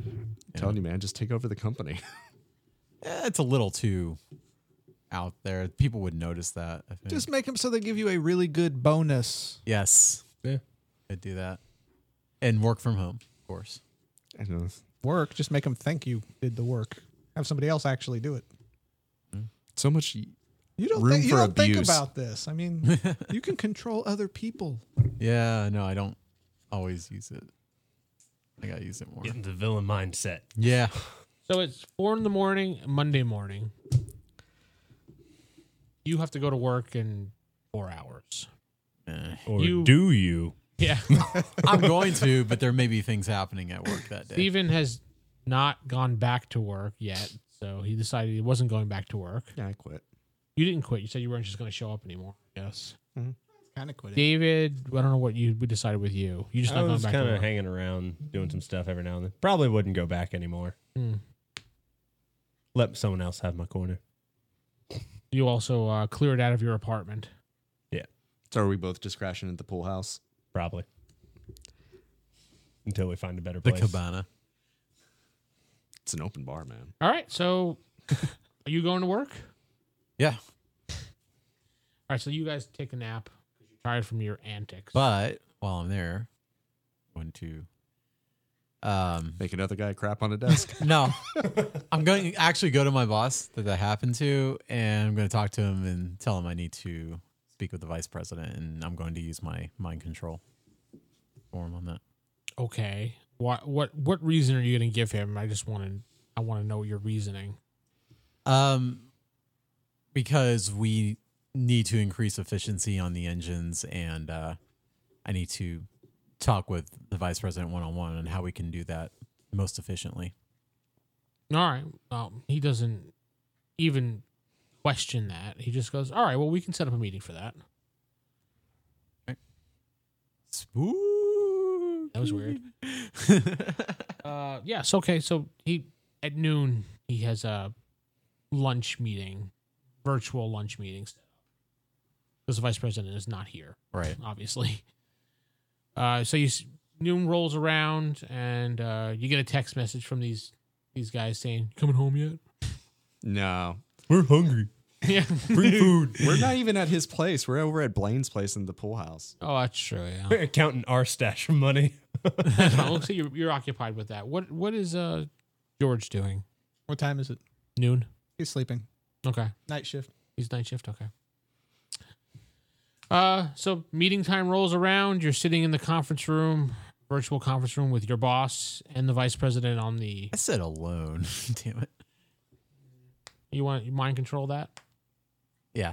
Speaker 8: telling you, man, just take over the company.
Speaker 7: Eh, It's a little too out there. People would notice that. I think.
Speaker 5: Just make them so they give you a really good bonus.
Speaker 7: yes,
Speaker 3: Yeah.
Speaker 7: I'd do that, and work from home, of course.
Speaker 8: I know.
Speaker 5: Work. Just make them think you did the work. Have somebody else actually do it.
Speaker 8: So much.
Speaker 5: You don't,
Speaker 8: Room
Speaker 5: think, you
Speaker 8: for
Speaker 5: don't think
Speaker 8: abuse.
Speaker 5: about this. I mean, you can control other people.
Speaker 7: Yeah, no, I don't always use it. I gotta use it more.
Speaker 3: Getting the villain mindset.
Speaker 7: Yeah,
Speaker 1: So it's four in the morning, Monday morning. You have to go to work in four hours.
Speaker 7: Eh.
Speaker 3: Or
Speaker 1: You-
Speaker 3: do you?
Speaker 1: Yeah.
Speaker 7: I'm going to, but there may be things happening at work that day.
Speaker 1: Steven has not gone back to work yet. So he decided he wasn't going back to work.
Speaker 8: Yeah, I quit.
Speaker 1: You didn't quit. You said you weren't just going to show up anymore. Yes.
Speaker 5: Kind of quitting.
Speaker 1: David, I don't know what you we decided with you. You're just
Speaker 3: I
Speaker 1: not going
Speaker 3: was
Speaker 1: back to
Speaker 3: kind of
Speaker 1: work.
Speaker 3: hanging around, doing some stuff every now and then. Probably wouldn't go back anymore.
Speaker 1: Hmm.
Speaker 3: Let someone else have my corner.
Speaker 1: You also uh, cleared out of your apartment.
Speaker 8: So are we both just crashing at the pool house?
Speaker 3: Probably. Until we find a better
Speaker 7: the
Speaker 3: place.
Speaker 7: cabana.
Speaker 8: It's an open bar, man.
Speaker 1: All right. So are you going to work?
Speaker 7: Yeah,
Speaker 1: All right. So you guys take a nap because you're tired from your antics.
Speaker 7: but while I'm there, going to. Um,
Speaker 8: Make another guy crap on a desk.
Speaker 7: no, I'm going to actually go to my boss that that happened to, and I'm going to talk to him and tell him I need to speak with the vice president, and I'm going to use my mind control form on that.
Speaker 1: okay. What what what reason are you going to give him? I just want to I want to know your reasoning.
Speaker 7: Um, because we need to increase efficiency on the engines, and uh, I need to talk with the vice president one on one on how we can do that most efficiently.
Speaker 1: All right. Well, he doesn't even question that. He just goes, "All right. Well, we can set up a meeting for that."
Speaker 7: Spook.
Speaker 1: That was weird. uh, yes. Okay. So he at noon he has a lunch meeting, virtual lunch meeting set up because the vice president is not here.
Speaker 7: Right.
Speaker 1: obviously. Uh, so you s- noon rolls around and uh, you get a text message from these these guys saying, "Coming home yet?"
Speaker 8: no,
Speaker 3: We're hungry.
Speaker 1: Yeah.
Speaker 3: Free food.
Speaker 8: we're not even at his place. We're over at Blaine's place in the pool house.
Speaker 1: oh, that's true. Yeah.
Speaker 3: We're counting our stash of money.
Speaker 1: It looks like you're, you're occupied with that. What What is uh George doing?
Speaker 5: What time is it?
Speaker 1: Noon.
Speaker 5: He's sleeping.
Speaker 1: Okay.
Speaker 5: Night shift.
Speaker 1: He's night shift. Okay. Uh, so meeting time rolls around. You're sitting in the conference room, virtual conference room with your boss and the vice president on the.
Speaker 7: I said alone. Damn it.
Speaker 1: You want you mind control that?
Speaker 7: Yeah.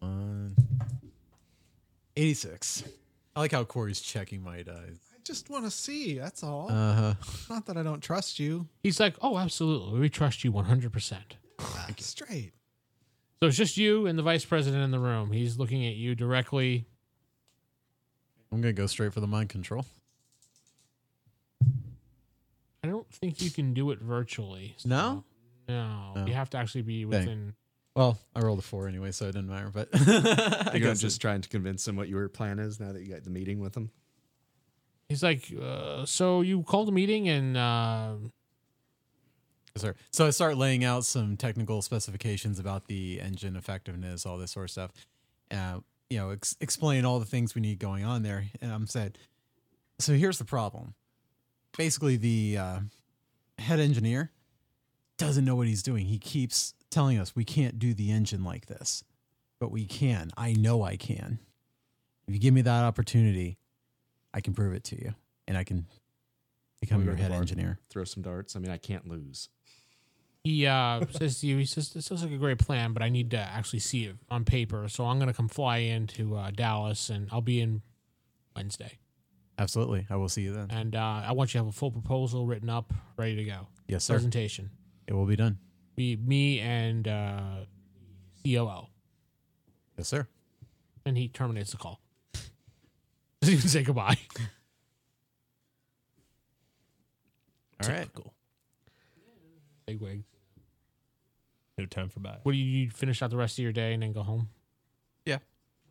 Speaker 7: One. 86. I like how Corey's checking my dice.
Speaker 5: I just want to see. That's all.
Speaker 7: Uh
Speaker 1: Uh-huh.
Speaker 7: huh.
Speaker 5: Not that I don't trust you.
Speaker 1: He's like, "Oh, absolutely. We trust you 100%."
Speaker 5: Straight.
Speaker 1: So it's just you and the vice president in the room. He's looking at you directly.
Speaker 7: I'm going to go straight for the mind control.
Speaker 1: I don't think you can do it virtually. so-
Speaker 7: No?
Speaker 1: No.
Speaker 7: No.
Speaker 1: You have to actually be within.
Speaker 7: Well, I rolled a four anyway, so it didn't matter. But I
Speaker 8: You're not
Speaker 7: guess
Speaker 8: just trying to convince him what your plan is now that you got the meeting with him.
Speaker 1: He's like, uh, "So you called a meeting and uh,
Speaker 7: Yes, sir. So I start laying out some technical specifications about the engine effectiveness, all this sort of stuff. Uh, you know, ex- explain all the things we need going on there. And I'm said, so here's the problem. Basically, the uh, head engineer doesn't know what he's doing. He keeps telling us we can't do the engine like this, but we can. I know I can. If you give me that opportunity, I can prove it to you, and I can become
Speaker 8: Wanna go to
Speaker 7: your
Speaker 8: the
Speaker 7: head
Speaker 8: bar?
Speaker 7: engineer.
Speaker 8: Throw some darts. I mean, I can't lose.
Speaker 1: he uh, says to you, he says this sounds like a great plan, but I need to actually see it on paper. So I'm gonna come fly into uh, Dallas and I'll be in Wednesday.
Speaker 7: Absolutely, I will see you then.
Speaker 1: And uh, I want you to have a full proposal written up, ready to go.
Speaker 7: Yes, sir.
Speaker 1: Presentation.
Speaker 7: It will be done.
Speaker 1: Be me and uh, COO."
Speaker 7: Yes, sir.
Speaker 1: and he terminates the call. Doesn't even say goodbye.
Speaker 7: All right.
Speaker 1: Big wig.
Speaker 3: No time for bye.
Speaker 1: What do you, you finish out the rest of your day and then go home?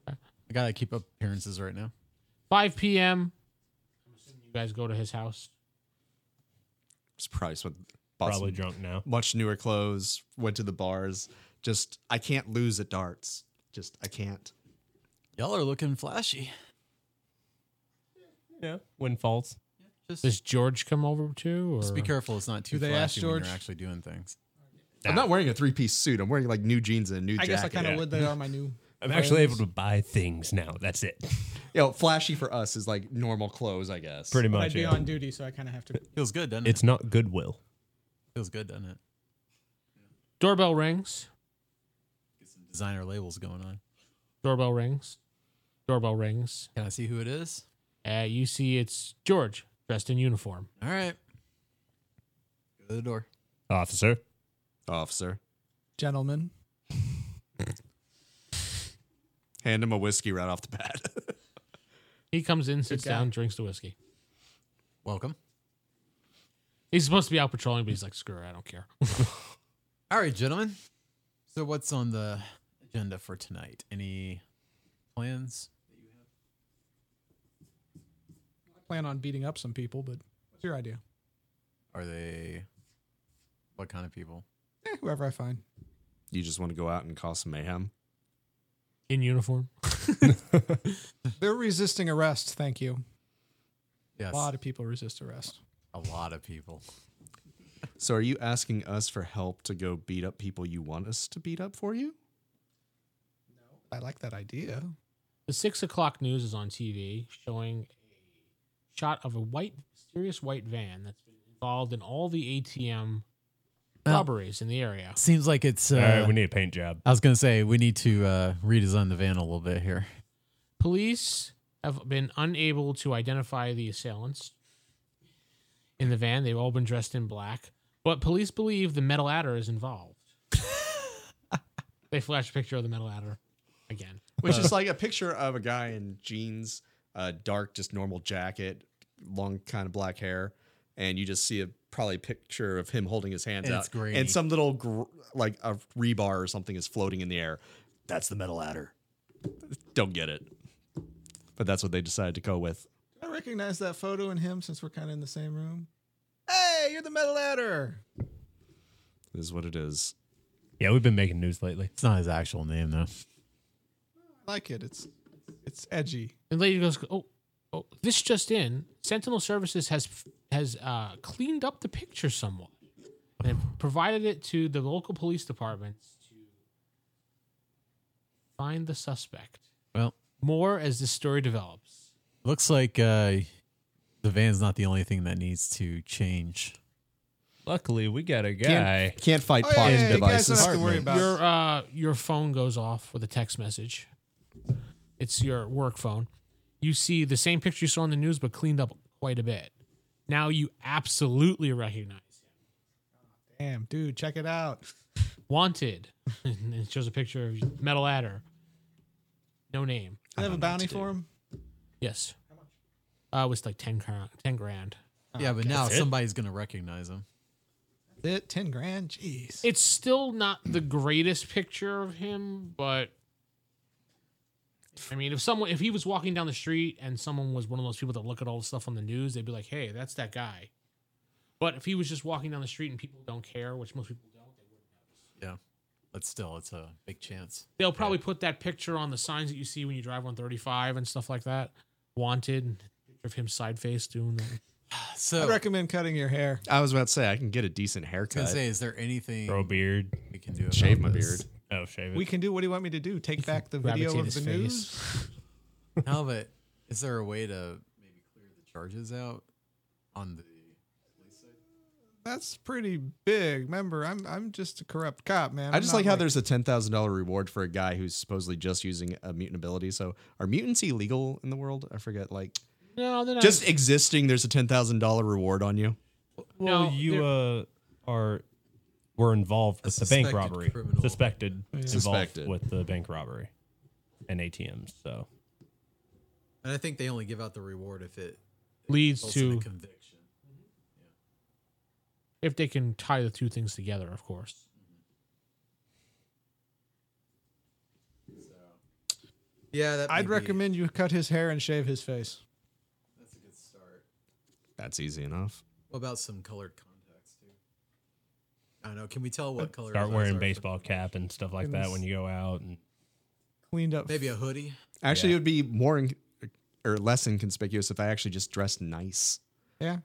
Speaker 7: I gotta keep up appearances right now.
Speaker 1: 5 p.m. You guys go to his house.
Speaker 8: It's probably some
Speaker 2: Bought
Speaker 3: probably
Speaker 2: some
Speaker 3: drunk now.
Speaker 2: much newer clothes, went to the bars. Just I can't lose at darts. Just I can't.
Speaker 7: Y'all are looking flashy.
Speaker 3: Yeah, when falls.
Speaker 1: Does George come over too? Or?
Speaker 7: Just be careful; it's not too
Speaker 5: they ask
Speaker 7: flashy when
Speaker 5: George?
Speaker 7: you're actually doing things.
Speaker 2: I'm not wearing a three piece suit. I'm wearing like new jeans and a new
Speaker 5: I
Speaker 2: jacket.
Speaker 5: guess I kind of would. They are my new.
Speaker 3: I'm actually able to buy things now. That's it.
Speaker 2: You know, flashy for us is like normal clothes, I guess.
Speaker 3: Pretty
Speaker 5: I'd
Speaker 3: much.
Speaker 5: be
Speaker 3: yeah.
Speaker 5: on duty, so I kind of have to.
Speaker 7: Feels good, doesn't
Speaker 3: It's
Speaker 7: it?
Speaker 3: not Goodwill.
Speaker 7: Feels good, doesn't it?
Speaker 1: Doorbell rings.
Speaker 7: Designer labels going on.
Speaker 1: Doorbell rings. Doorbell rings.
Speaker 7: Can I see who it is?
Speaker 1: Uh, you see, it's George dressed in uniform.
Speaker 7: All right. Go to the door.
Speaker 3: Officer.
Speaker 2: Officer,
Speaker 5: Gentlemen,
Speaker 2: hand him a whiskey right off the bat.
Speaker 1: He comes in, sits down, drinks the whiskey.
Speaker 7: Welcome.
Speaker 1: He's supposed to be out patrolling, but he's like, "Screw it, I don't care."
Speaker 7: All right, gentlemen. So, what's on the agenda for tonight? Any plans?
Speaker 5: I plan on beating up some people, but what's your idea?
Speaker 7: Are they what kind of people?
Speaker 5: Eh, whoever I find.
Speaker 8: You just want to go out and cause some mayhem.
Speaker 1: in uniform.
Speaker 5: They're resisting arrest. Thank you.
Speaker 7: Yes,
Speaker 5: A lot of people resist arrest.
Speaker 7: a lot of people.
Speaker 8: So are you asking us for help to go beat up people you want us to beat up for you?
Speaker 5: I like that idea.
Speaker 1: The six o'clock news is on TV showing a shot of a white, serious white van that's been involved in all the ATM robberies in the area.
Speaker 7: Seems like it's. Uh,
Speaker 3: All right, we need a paint job.
Speaker 7: I was gonna say we need to uh, redesign the van a little bit here.
Speaker 1: Police have been unable to identify the assailants in the van. They've all been dressed in black, but police believe the metal adder is involved. they flash a picture of the metal adder again.
Speaker 2: Which
Speaker 7: Uh-huh.
Speaker 2: is like a picture of a guy in jeans, uh, dark, just normal jacket, long kind of black hair, and you just see a probably picture of him holding his hands
Speaker 7: And
Speaker 2: out,
Speaker 7: it's grainy.
Speaker 2: and some little gr- like a rebar or something is floating in the air. That's the metal ladder. Don't get it, but that's what they decided to go with.
Speaker 5: I recognize that photo and him since we're kind of in the same room. Hey, you're the metal adder.
Speaker 8: This is what it is.
Speaker 3: Yeah, we've been making news lately.
Speaker 7: It's not his actual name though.
Speaker 5: I like it. It's it's edgy.
Speaker 1: And the lady goes, "Oh, oh, this just in: Sentinel Services has has uh, cleaned up the picture somewhat and provided it to the local police departments to find the suspect.
Speaker 7: Well,
Speaker 1: More as this story develops.
Speaker 7: looks like uh, the van's not the only thing that needs to change.
Speaker 3: Luckily, we got a guy.
Speaker 8: Can't fight
Speaker 5: Oh, yeah,
Speaker 8: plotting
Speaker 5: yeah, yeah, you guys
Speaker 8: devices.
Speaker 5: don't have to worry about
Speaker 1: Your uh, your phone goes off with a text message. It's your work phone. You see the same picture you saw in the news, but cleaned up quite a bit. Now you absolutely recognize.
Speaker 5: Damn, dude, check it out.
Speaker 1: wanted. and it shows a picture of metal adder. No name.
Speaker 5: I have a bounty for him.
Speaker 1: Yes. Uh, it was like 10 grand. 10 grand.
Speaker 7: yeah, but now
Speaker 3: That's it?
Speaker 7: somebody's gonna recognize him.
Speaker 5: It ten grand. Jeez.
Speaker 1: It's still not the greatest picture of him, but I mean, if someone, if he was walking down the street and someone was one of those people that look at all the stuff on the news, they'd be like, "Hey, that's that guy." But if he was just walking down the street and people don't care, which most people don't, they wouldn't.
Speaker 7: But still, it's a big chance.
Speaker 1: They'll probably put that picture on the signs that you see when you drive on 35 and stuff like that. Wanted, picture of him side face doing that.
Speaker 7: So I
Speaker 5: I'd
Speaker 7: was
Speaker 5: recommend cutting your hair.
Speaker 8: I was about to say I can get a decent
Speaker 7: gonna
Speaker 8: haircut.
Speaker 7: say, is there anything
Speaker 3: Grow a beard.
Speaker 7: we can do? About
Speaker 8: Shave my
Speaker 7: this?
Speaker 8: beard.
Speaker 3: Oh, shave it.
Speaker 5: We can do what do you want me to do? Take back the
Speaker 1: Rabbit's
Speaker 5: video
Speaker 1: in
Speaker 5: of
Speaker 1: his
Speaker 5: the
Speaker 1: face.
Speaker 5: news?
Speaker 7: No, but is there a way to maybe clear the charges out on the?
Speaker 5: That's pretty big. Remember, I'm I'm just a corrupt cop, man.
Speaker 8: I
Speaker 5: I'm
Speaker 8: just
Speaker 5: not
Speaker 8: like how there's a ten thousand dollar reward for a guy who's supposedly just using a mutant ability. So are mutants illegal in the world? I forget. Like
Speaker 1: No, they're not.
Speaker 8: just existing, there's a ten thousand dollar reward on you.
Speaker 1: Well,
Speaker 3: Well,
Speaker 1: No,
Speaker 3: you
Speaker 1: you,
Speaker 3: uh, are were involved with the bank
Speaker 7: suspected
Speaker 3: robbery.
Speaker 7: criminal.
Speaker 3: Suspected involved
Speaker 8: Suspected.
Speaker 3: with the bank robbery and ATMs. So
Speaker 7: And I think they only give out the reward if it
Speaker 1: leads
Speaker 7: results in
Speaker 1: to
Speaker 7: a conviction.
Speaker 1: if they can tie the two things together, of course.
Speaker 7: Yeah, that
Speaker 5: I'd
Speaker 7: may be-
Speaker 5: recommend you cut his hair and shave his face.
Speaker 7: That's a good start.
Speaker 8: That's easy enough.
Speaker 7: What about some colored contacts too? I don't know. Can we tell what color?
Speaker 3: Start
Speaker 7: his eyes
Speaker 3: wearing
Speaker 7: are?
Speaker 3: baseball cap and stuff like that when you go out. And
Speaker 5: Cleaned up.
Speaker 7: Maybe a hoodie.
Speaker 8: Actually, it would be more in, or less inconspicuous if I actually just dressed nice.
Speaker 5: Yeah.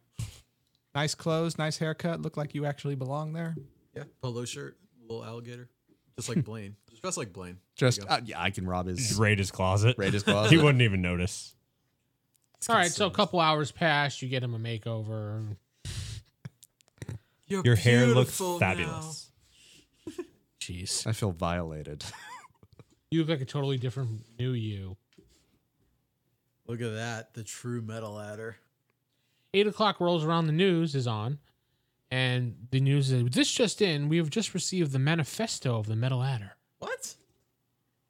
Speaker 5: Nice clothes, nice haircut. Look like you actually belong there.
Speaker 7: Yeah, polo shirt, little alligator, just like Blaine. Just dress like Blaine.
Speaker 8: Just uh, yeah, I can rob his
Speaker 3: raid his closet.
Speaker 8: raid his
Speaker 3: he
Speaker 8: closet.
Speaker 3: wouldn't even notice.
Speaker 1: All right, so a couple hours pass, you get him a makeover.
Speaker 7: You're
Speaker 3: Your hair looks
Speaker 7: beautiful now.
Speaker 3: fabulous.
Speaker 1: Jeez.
Speaker 8: I feel violated.
Speaker 1: You look like a totally different new you.
Speaker 7: Look at that, the true metal adder.
Speaker 1: Eight o'clock rolls around, the news is on, and the news is this just in, we have just received the manifesto of the Metal Adder.
Speaker 7: What?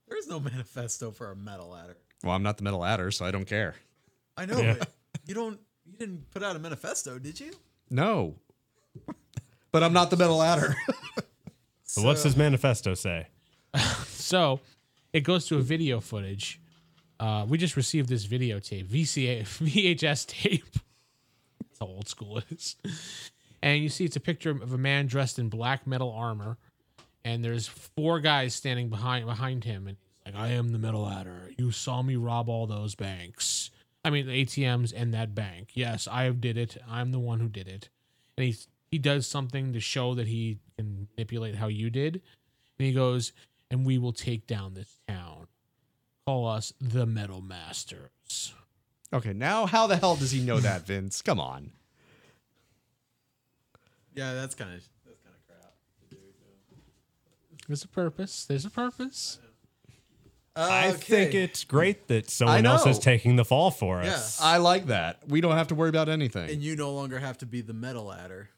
Speaker 7: There is no manifesto for a metal adder.
Speaker 8: well, I'm not the metal adder, so I don't care.
Speaker 7: I know,
Speaker 3: Yeah.
Speaker 7: but you don't. You didn't put out a manifesto, did you?
Speaker 8: No, but I'm not the metal adder.
Speaker 3: So what's his manifesto say?
Speaker 1: So it goes to a video footage. Uh, we just received this videotape, VCA, VHS tape. That's how old school it is. And you see it's a picture of a man dressed in black metal armor, and there's four guys standing behind behind him, and he's like, "I am the metal adder. You saw me rob all those banks. I mean, the ATMs and that bank. Yes, I did it. I'm the one who did it." And he he does something to show that he can manipulate how you did, and he goes, and we will take down this town. Call us the Metal Masters.
Speaker 8: okay, now how the hell does he know that, Vince? Come on.
Speaker 7: Yeah, that's kind of that's kind of crap.
Speaker 1: There's a purpose. There's a purpose.
Speaker 7: Uh,
Speaker 3: I think it's great that someone
Speaker 8: I
Speaker 3: else is
Speaker 8: know.
Speaker 3: taking the fall for
Speaker 7: Yeah.
Speaker 3: us.
Speaker 8: I like that. We don't have to worry about anything.
Speaker 7: And you no longer have to be the metal adder.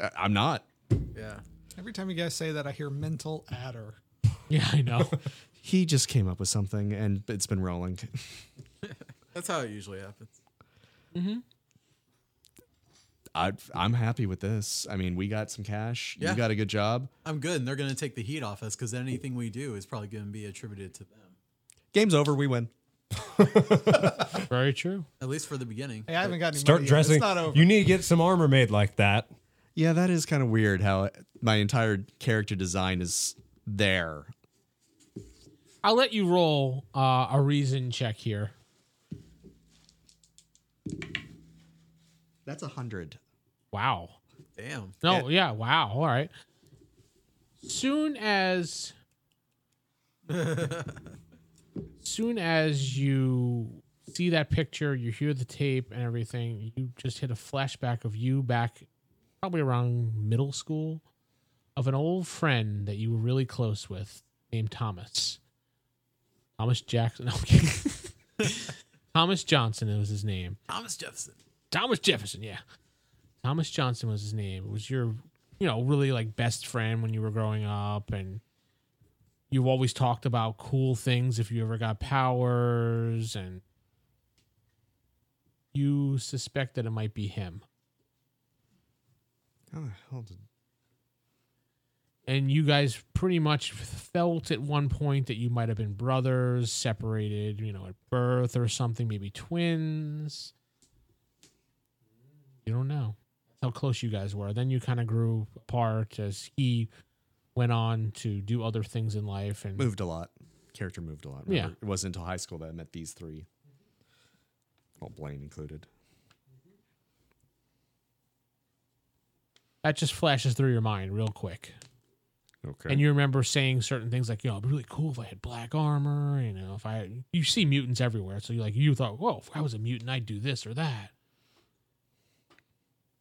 Speaker 8: I- I'm not.
Speaker 7: Yeah.
Speaker 5: Every time you guys say that, I hear mental adder.
Speaker 1: Yeah, I know.
Speaker 8: He just came up with something, and it's been rolling.
Speaker 7: That's how it usually happens.
Speaker 8: I, I'm happy with this. I mean, we got some cash.
Speaker 7: Yeah.
Speaker 8: You got a good job.
Speaker 7: I'm good, and they're going to take the heat off us because anything we do is probably going to be attributed to them.
Speaker 8: Game's over. We win.
Speaker 1: Very true.
Speaker 7: At least for the beginning.
Speaker 5: Hey, I haven't got any
Speaker 3: Start
Speaker 5: money yet.
Speaker 3: dressing.
Speaker 5: It's not over.
Speaker 3: You need to get some armor made like that.
Speaker 8: Yeah, that is kind of weird how it- my entire character design is there.
Speaker 1: I'll let you roll uh, a reason check here.
Speaker 8: That's a hundred.
Speaker 1: Wow.
Speaker 7: Damn.
Speaker 1: No, yeah, wow. All right. Soon as soon as you see that picture, you hear the tape and everything, you just hit a flashback of you back probably around middle school of an old friend that you were really close with named Thomas. Thomas Jackson. No, I'm kidding. Thomas Johnson was his name.
Speaker 7: Thomas Jefferson.
Speaker 1: Thomas Jefferson, yeah. Thomas Johnson was his name. It was your, you know, really like best friend when you were growing up, and you always talked about cool things if you ever got powers, and you suspect that it might be him.
Speaker 8: How the hell did?
Speaker 1: And you guys pretty much felt at one point that you might have been brothers, separated, you know, at birth or something, maybe twins. You don't know. That's how close you guys were. Then you kind of grew apart as he went on to do other things in life. And
Speaker 8: Moved a lot. Character moved a lot.
Speaker 1: Yeah.
Speaker 8: It wasn't until high school that I met these three. Well, Blaine included.
Speaker 1: that just flashes through your mind real quick.
Speaker 8: Okay.
Speaker 1: And you remember saying certain things like, you know, it'd be really cool if I had black armor, you know, if I you see mutants everywhere. So you like you thought, whoa, if I was a mutant, I'd do this or that.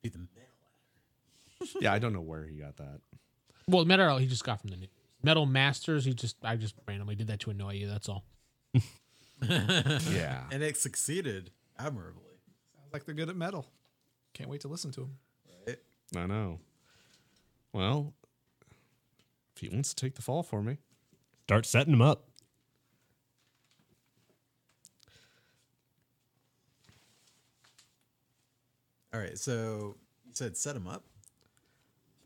Speaker 7: Be the metal.
Speaker 8: yeah, I don't know where he got that.
Speaker 1: Well, metal he just got from the news. Metal Masters, he just I just randomly did that to annoy you. That's all.
Speaker 8: Yeah.
Speaker 7: And it succeeded admirably.
Speaker 5: Sounds like they're good at metal. Can't wait to listen to them.
Speaker 8: I know. Well, if he wants to take the fall for me,
Speaker 3: Start setting them up.
Speaker 7: All right. So you said set him up.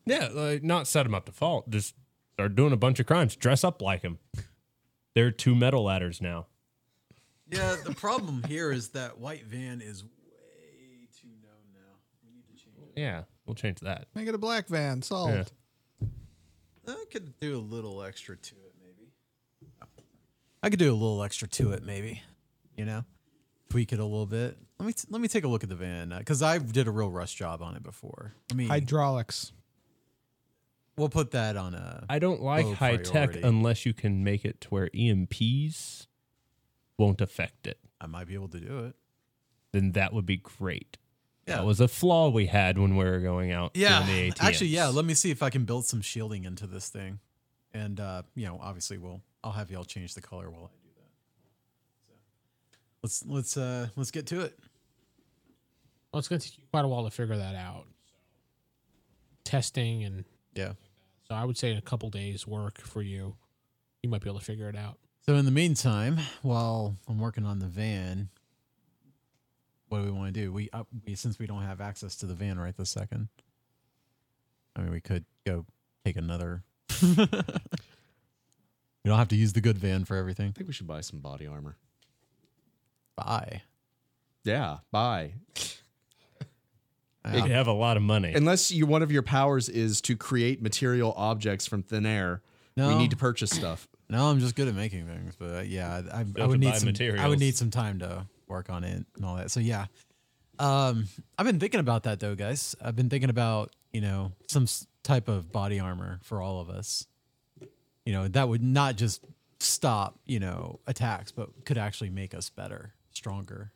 Speaker 3: Yeah, like not set them up to fall. Just start doing a bunch of crimes. Dress up like him. They're two metal ladders now.
Speaker 7: Yeah. The problem here is that white van is way too known now.
Speaker 3: Yeah, we'll change that.
Speaker 5: Make it a black van. Solved.
Speaker 3: Yeah.
Speaker 7: I could do a little extra to it, maybe. I could do a little extra to it, maybe. You know, tweak it a little bit. Let me t- let me take a look at the van because I did a real rush job on it before. I mean,
Speaker 5: Hydraulics.
Speaker 7: we'll put that on a.
Speaker 3: I don't like
Speaker 7: Low
Speaker 3: high tech
Speaker 7: priority.
Speaker 3: unless you can make it to where EMPs won't affect it.
Speaker 7: I might be able to do it.
Speaker 3: Then that would be great.
Speaker 7: Yeah.
Speaker 3: That was a flaw we had when we were going out.
Speaker 7: Yeah,
Speaker 3: doing the ATMs.
Speaker 7: actually, yeah. Let me see if I can build some shielding into this thing, and uh, you know, obviously, we'll I'll have y'all change the color while I do that. So let's let's uh let's get to it.
Speaker 1: Well, it's going to take you quite a while to figure that out. Testing and
Speaker 7: Yeah.
Speaker 1: so I would say in a couple days work for you, you might be able to figure it out.
Speaker 7: So in the meantime, while I'm working on the van, what do we want to do? We, uh, we since we don't have access to the van right this second. I mean, we could go take another. you don't have to use the good van for everything.
Speaker 8: I think we should buy some body armor.
Speaker 7: Bye.
Speaker 8: Yeah, buy.
Speaker 3: You have a lot of money.
Speaker 8: Unless you, one of your powers is to create material objects from thin air, we
Speaker 7: No.
Speaker 8: need to purchase stuff.
Speaker 7: No, I'm just good at making things, but uh, yeah, I, I
Speaker 3: to
Speaker 7: would
Speaker 3: buy
Speaker 7: need some. I
Speaker 3: materials.
Speaker 7: would need some time to work on it and all that. So yeah, um, I've been thinking about that though, guys. I've been thinking about you know some s- type of body armor for all of us. You know that would not just stop you know attacks, but could actually make us better, stronger.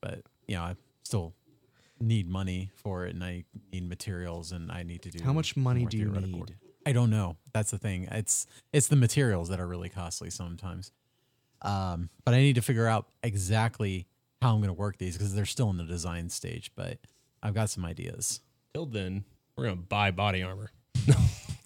Speaker 7: But you know, I still need money for it, and I need materials, and I need to do
Speaker 8: How much money
Speaker 7: more
Speaker 8: do you
Speaker 7: theoretical
Speaker 8: need?
Speaker 7: work. I don't know. That's the thing. It's it's the materials that are really costly sometimes. Um, but I need to figure out exactly how I'm going to work these because they're still in the design stage. But I've got some ideas.
Speaker 3: Till then, we're gonna buy body armor.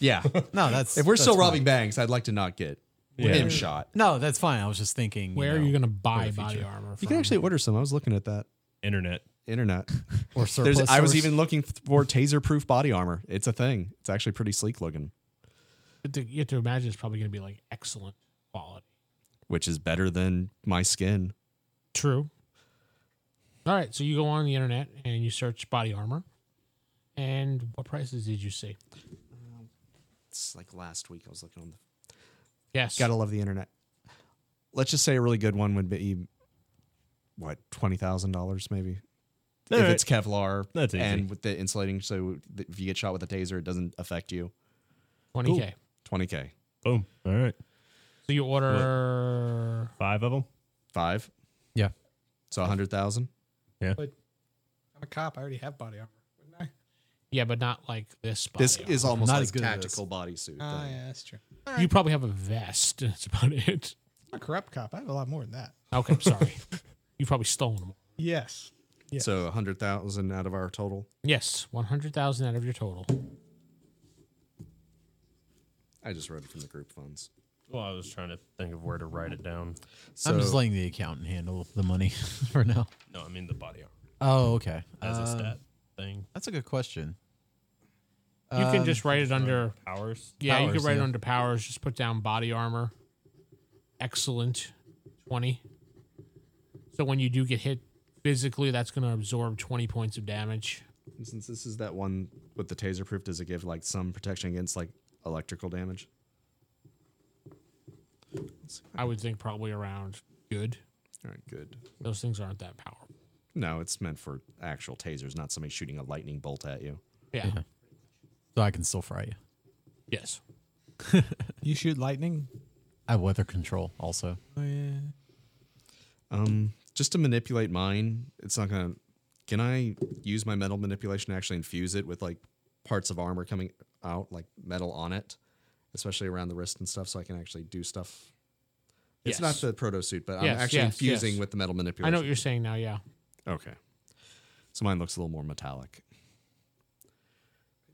Speaker 8: Yeah.
Speaker 7: No, that's
Speaker 8: if we're
Speaker 7: that's
Speaker 8: still
Speaker 7: fine.
Speaker 8: robbing banks, I'd like to not get
Speaker 3: Yeah.
Speaker 8: him shot.
Speaker 7: No, that's fine. I was just thinking.
Speaker 1: Where
Speaker 7: you
Speaker 1: are you
Speaker 7: know,
Speaker 1: going to buy
Speaker 7: for the
Speaker 1: body
Speaker 7: future.
Speaker 1: armor? From?
Speaker 8: You can actually order some. I was looking at that
Speaker 3: Internet.
Speaker 8: internet.
Speaker 7: or
Speaker 8: There's,
Speaker 7: surplus?
Speaker 8: I was
Speaker 7: source?
Speaker 8: even looking for taser-proof body armor. It's a thing. It's actually pretty sleek looking,
Speaker 1: But to- you have to imagine it's probably going to be like excellent quality.
Speaker 8: which is better than my skin.
Speaker 1: True. All right, so you go on the internet and you search body armor. And what prices did you see?
Speaker 8: It's like last week. I was looking on the
Speaker 1: Yes.
Speaker 8: Gotta love the internet. Let's just say a really good one would be what twenty thousand dollars, maybe. if
Speaker 3: Alright.
Speaker 8: it's Kevlar
Speaker 3: That's easy.
Speaker 8: and with the insulating, so that if you get shot with a taser, it doesn't affect you.
Speaker 1: 20K.
Speaker 8: Twenty k,
Speaker 3: Boom. All right.
Speaker 1: So you order
Speaker 3: Five of them.
Speaker 8: five.
Speaker 7: Yeah.
Speaker 8: So a hundred thousand.
Speaker 5: I'm a cop. I already have body armor. Wouldn't
Speaker 1: Yeah, but not like this body
Speaker 8: This is
Speaker 1: armor.
Speaker 8: almost
Speaker 7: Not
Speaker 8: like
Speaker 7: as good as
Speaker 8: tactical bodysuit.
Speaker 5: I? Ah,
Speaker 8: thing.
Speaker 5: yeah, that's true.
Speaker 1: You probably have a vest. That's about it.
Speaker 5: I'm a corrupt cop. I have a lot more than that.
Speaker 1: Okay, sorry. You've probably stolen them.
Speaker 5: Yes. Yeah.
Speaker 8: So a hundred thousand out of our total.
Speaker 1: Yes, 100,000 out of your total.
Speaker 8: I just wrote it from the group funds.
Speaker 3: Well, I was trying to think of where to write it down.
Speaker 8: So
Speaker 7: I'm just letting the accountant handle the money for now.
Speaker 3: No, I mean the body armor
Speaker 7: Oh, okay.
Speaker 3: as
Speaker 7: Uh,
Speaker 3: a stat thing.
Speaker 7: That's a good question.
Speaker 1: You can just write it under
Speaker 3: Powers.
Speaker 1: Yeah, you
Speaker 7: powers,
Speaker 1: can write it
Speaker 7: yeah.
Speaker 1: under Um, uh, powers. Just put down body armor. Excellent. 20. So when you do get hit physically, that's going to absorb 20 points of damage.
Speaker 8: since this is that one with the taser proof, does it give like some protection against like electrical damage?
Speaker 1: I would think probably around good.
Speaker 8: All right, good.
Speaker 1: Those things aren't that powerful.
Speaker 8: No, it's meant for actual tasers, not somebody shooting a lightning bolt at you.
Speaker 1: Yeah.
Speaker 7: So I can still fry you.
Speaker 1: Yes.
Speaker 5: You shoot lightning.
Speaker 7: I have weather control also.
Speaker 8: Um, just to manipulate mine, it's not gonna. Can I use my metal manipulation to actually infuse it with like parts of armor coming out, like metal on it, especially around the wrist and stuff, so I can actually do stuff. It's not
Speaker 1: Yes.
Speaker 8: the proto suit, but
Speaker 1: Yes,
Speaker 8: I'm actually
Speaker 1: yes,
Speaker 8: infusing
Speaker 1: yes.
Speaker 8: with the metal manipulation.
Speaker 1: I know what you're saying now. Yeah.
Speaker 8: Okay. So mine looks a little more metallic.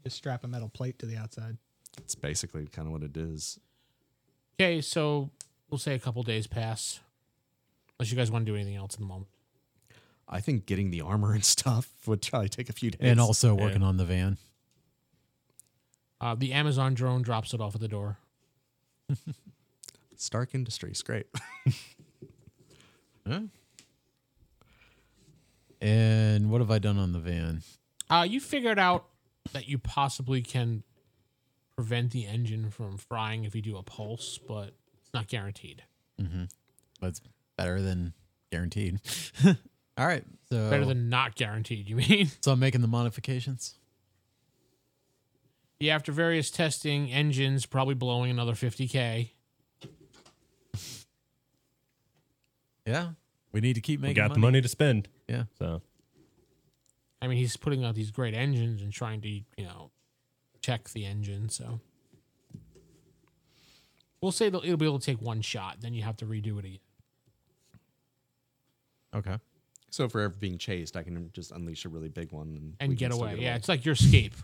Speaker 5: Just strap a metal plate to the outside.
Speaker 8: It's basically kind of what it is.
Speaker 1: Okay, so we'll say a couple days pass. Unless you guys want to do anything else in the moment.
Speaker 8: I think getting the armor and stuff would probably take a few days.
Speaker 7: and also working on the van.
Speaker 1: Uh, the Amazon drone drops it off at the door.
Speaker 8: Stark Industries, great.
Speaker 7: And what have I done on the van?
Speaker 1: Uh, you figured out that you possibly can prevent the engine from frying if you do a pulse, but it's not guaranteed.
Speaker 7: but it's better than guaranteed. All right, so
Speaker 1: Better than not guaranteed, you mean?
Speaker 7: so I'm making the modifications.
Speaker 1: Yeah, after various testing, engines probably blowing another 50K.
Speaker 7: Yeah, we need to keep
Speaker 3: We
Speaker 7: making.
Speaker 3: got the money to spend.
Speaker 7: Yeah.
Speaker 3: So
Speaker 1: I mean, he's putting out these great engines and trying to, you know, check the engine. So we'll say that it'll be able to take one shot, then you have to redo it again.
Speaker 7: Okay.
Speaker 8: So for ever being chased, I can just unleash a really big one and,
Speaker 1: And
Speaker 8: we
Speaker 1: get
Speaker 8: can still
Speaker 1: away. Yeah, it's like your escape.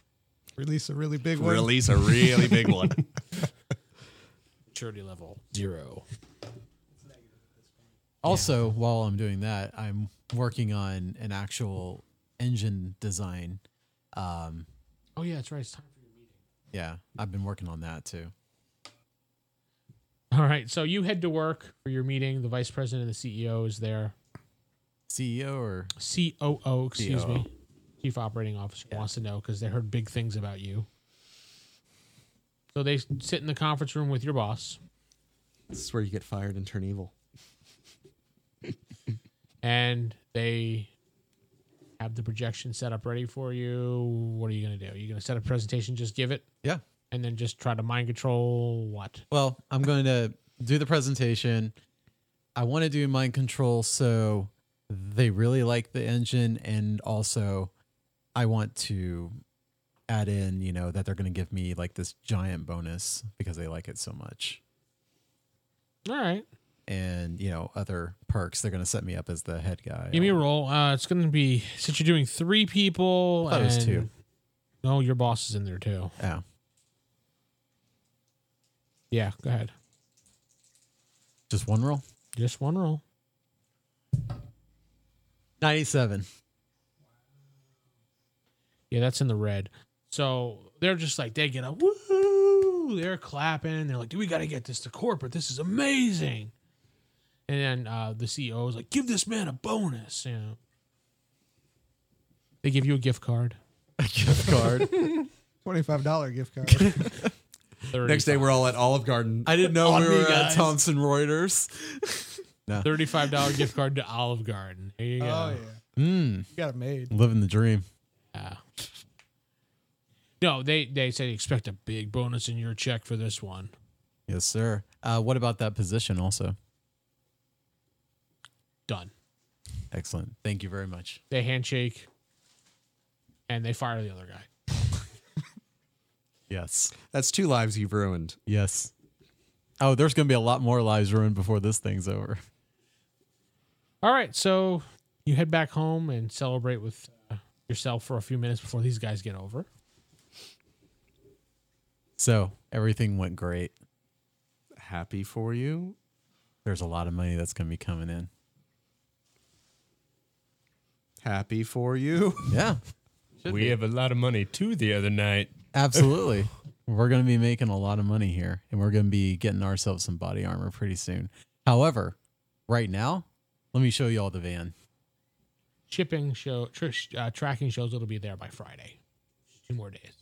Speaker 5: Release a really big one.
Speaker 8: Release a really big one.
Speaker 1: Maturity level zero.
Speaker 7: Also, while I'm doing that, I'm working on an actual engine design. Um,
Speaker 1: Oh, yeah, that's right. It's time for your meeting.
Speaker 7: yeah, I've been working on that too.
Speaker 1: All right. So you head to work for your meeting. The vice president and the CEO is there.
Speaker 7: CEO or
Speaker 1: COO, excuse me. Chief Operating Officer wants to know because they heard big things about you. So they sit in the conference room with your boss.
Speaker 8: this is where you get fired and turn evil.
Speaker 1: and they have the projection set up ready for you. What are you going to do? Are you going to set a presentation, just give it,
Speaker 7: yeah.
Speaker 1: and then just try to mind control what?
Speaker 7: Well, I'm going to do the presentation. I want to do mind control so they really like the engine and also I want to add in, you know, that they're going to give me like this giant bonus because they like it so much.
Speaker 1: All right.
Speaker 7: And, you know, other perks they're going to set me up as the head guy.
Speaker 1: Give me a roll. Uh, it's going to be, since you're doing three people.
Speaker 7: I thought it was
Speaker 1: and-
Speaker 7: two.
Speaker 1: No, your boss is in there too.
Speaker 7: Oh.
Speaker 1: Yeah, go ahead.
Speaker 7: Just one roll?
Speaker 1: Just one roll.
Speaker 7: 97.
Speaker 1: Yeah, that's in the red. So they're just like they get a woo, they're clapping. They're like, "Dude, we got to get this to corporate. This is amazing." And then uh, the CEO is like, "Give this man a bonus." You know, they give you a gift card.
Speaker 7: Gift card.
Speaker 5: Twenty-five dollar gift card.
Speaker 1: 30,
Speaker 8: Next day, we're all at Olive Garden.
Speaker 7: I didn't know
Speaker 8: On
Speaker 7: we
Speaker 8: me,
Speaker 7: were at
Speaker 8: guys.
Speaker 7: Thomson Reuters.
Speaker 1: thirty-five dollar gift card to Olive Garden. There you go.
Speaker 5: Oh yeah,
Speaker 7: Mm,
Speaker 5: you got it made.
Speaker 7: living the dream.
Speaker 1: Yeah. No, they they said expect a big bonus in your check for this one.
Speaker 7: Yes, sir. Uh, what about that position also?
Speaker 1: Done.
Speaker 7: Excellent. Thank you very much.
Speaker 1: They handshake, and they fire the other guy.
Speaker 7: Yes.
Speaker 8: That's two lives you've ruined.
Speaker 7: Yes. Oh, there's going to be a lot more lives ruined before this thing's over.
Speaker 1: All right, so you head back home and celebrate with uh, yourself for a few minutes before these guys get over.
Speaker 7: So everything went great.
Speaker 8: Happy for you.
Speaker 7: There's a lot of money that's going to be coming in.
Speaker 8: Happy for you.
Speaker 7: Yeah,
Speaker 3: we have a lot of money too the other night.
Speaker 7: absolutely. we're going to be making a lot of money here and we're going to be getting ourselves some body armor pretty soon. However, right now, let me show you all the van.
Speaker 1: Shipping show, tr- uh, tracking shows it'll be there by Friday. Two more days.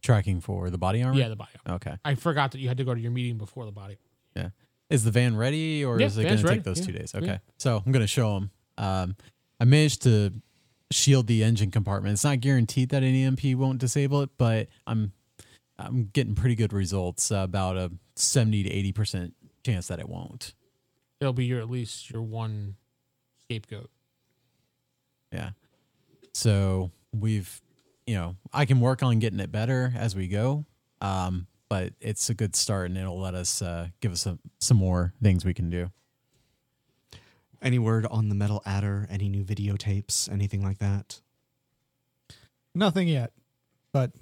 Speaker 7: Tracking for the body armor?
Speaker 1: Yeah, the bio.
Speaker 7: Okay.
Speaker 1: I forgot that you had to go to your meeting before the body.
Speaker 7: Yeah. Is the van ready or
Speaker 1: Yeah,
Speaker 7: is it going
Speaker 1: van's
Speaker 7: to
Speaker 1: ready.
Speaker 7: take those
Speaker 1: Yeah,
Speaker 7: two days?
Speaker 1: yeah.
Speaker 7: Okay. So I'm going to show them. Um, I managed to shield the engine compartment. It's not guaranteed that an EMP won't disable it, but I'm I'm getting pretty good results. Uh, about a 70 to 80 percent chance that it won't.
Speaker 1: It'll be your at least your one scapegoat.
Speaker 7: Yeah. So we've, you know, I can work on getting it better as we go. Um, but it's a good start, and it'll let us uh, give us some some more things we can do.
Speaker 8: Any word on the metal adder? Any new videotapes? Anything like that?
Speaker 5: Nothing yet, but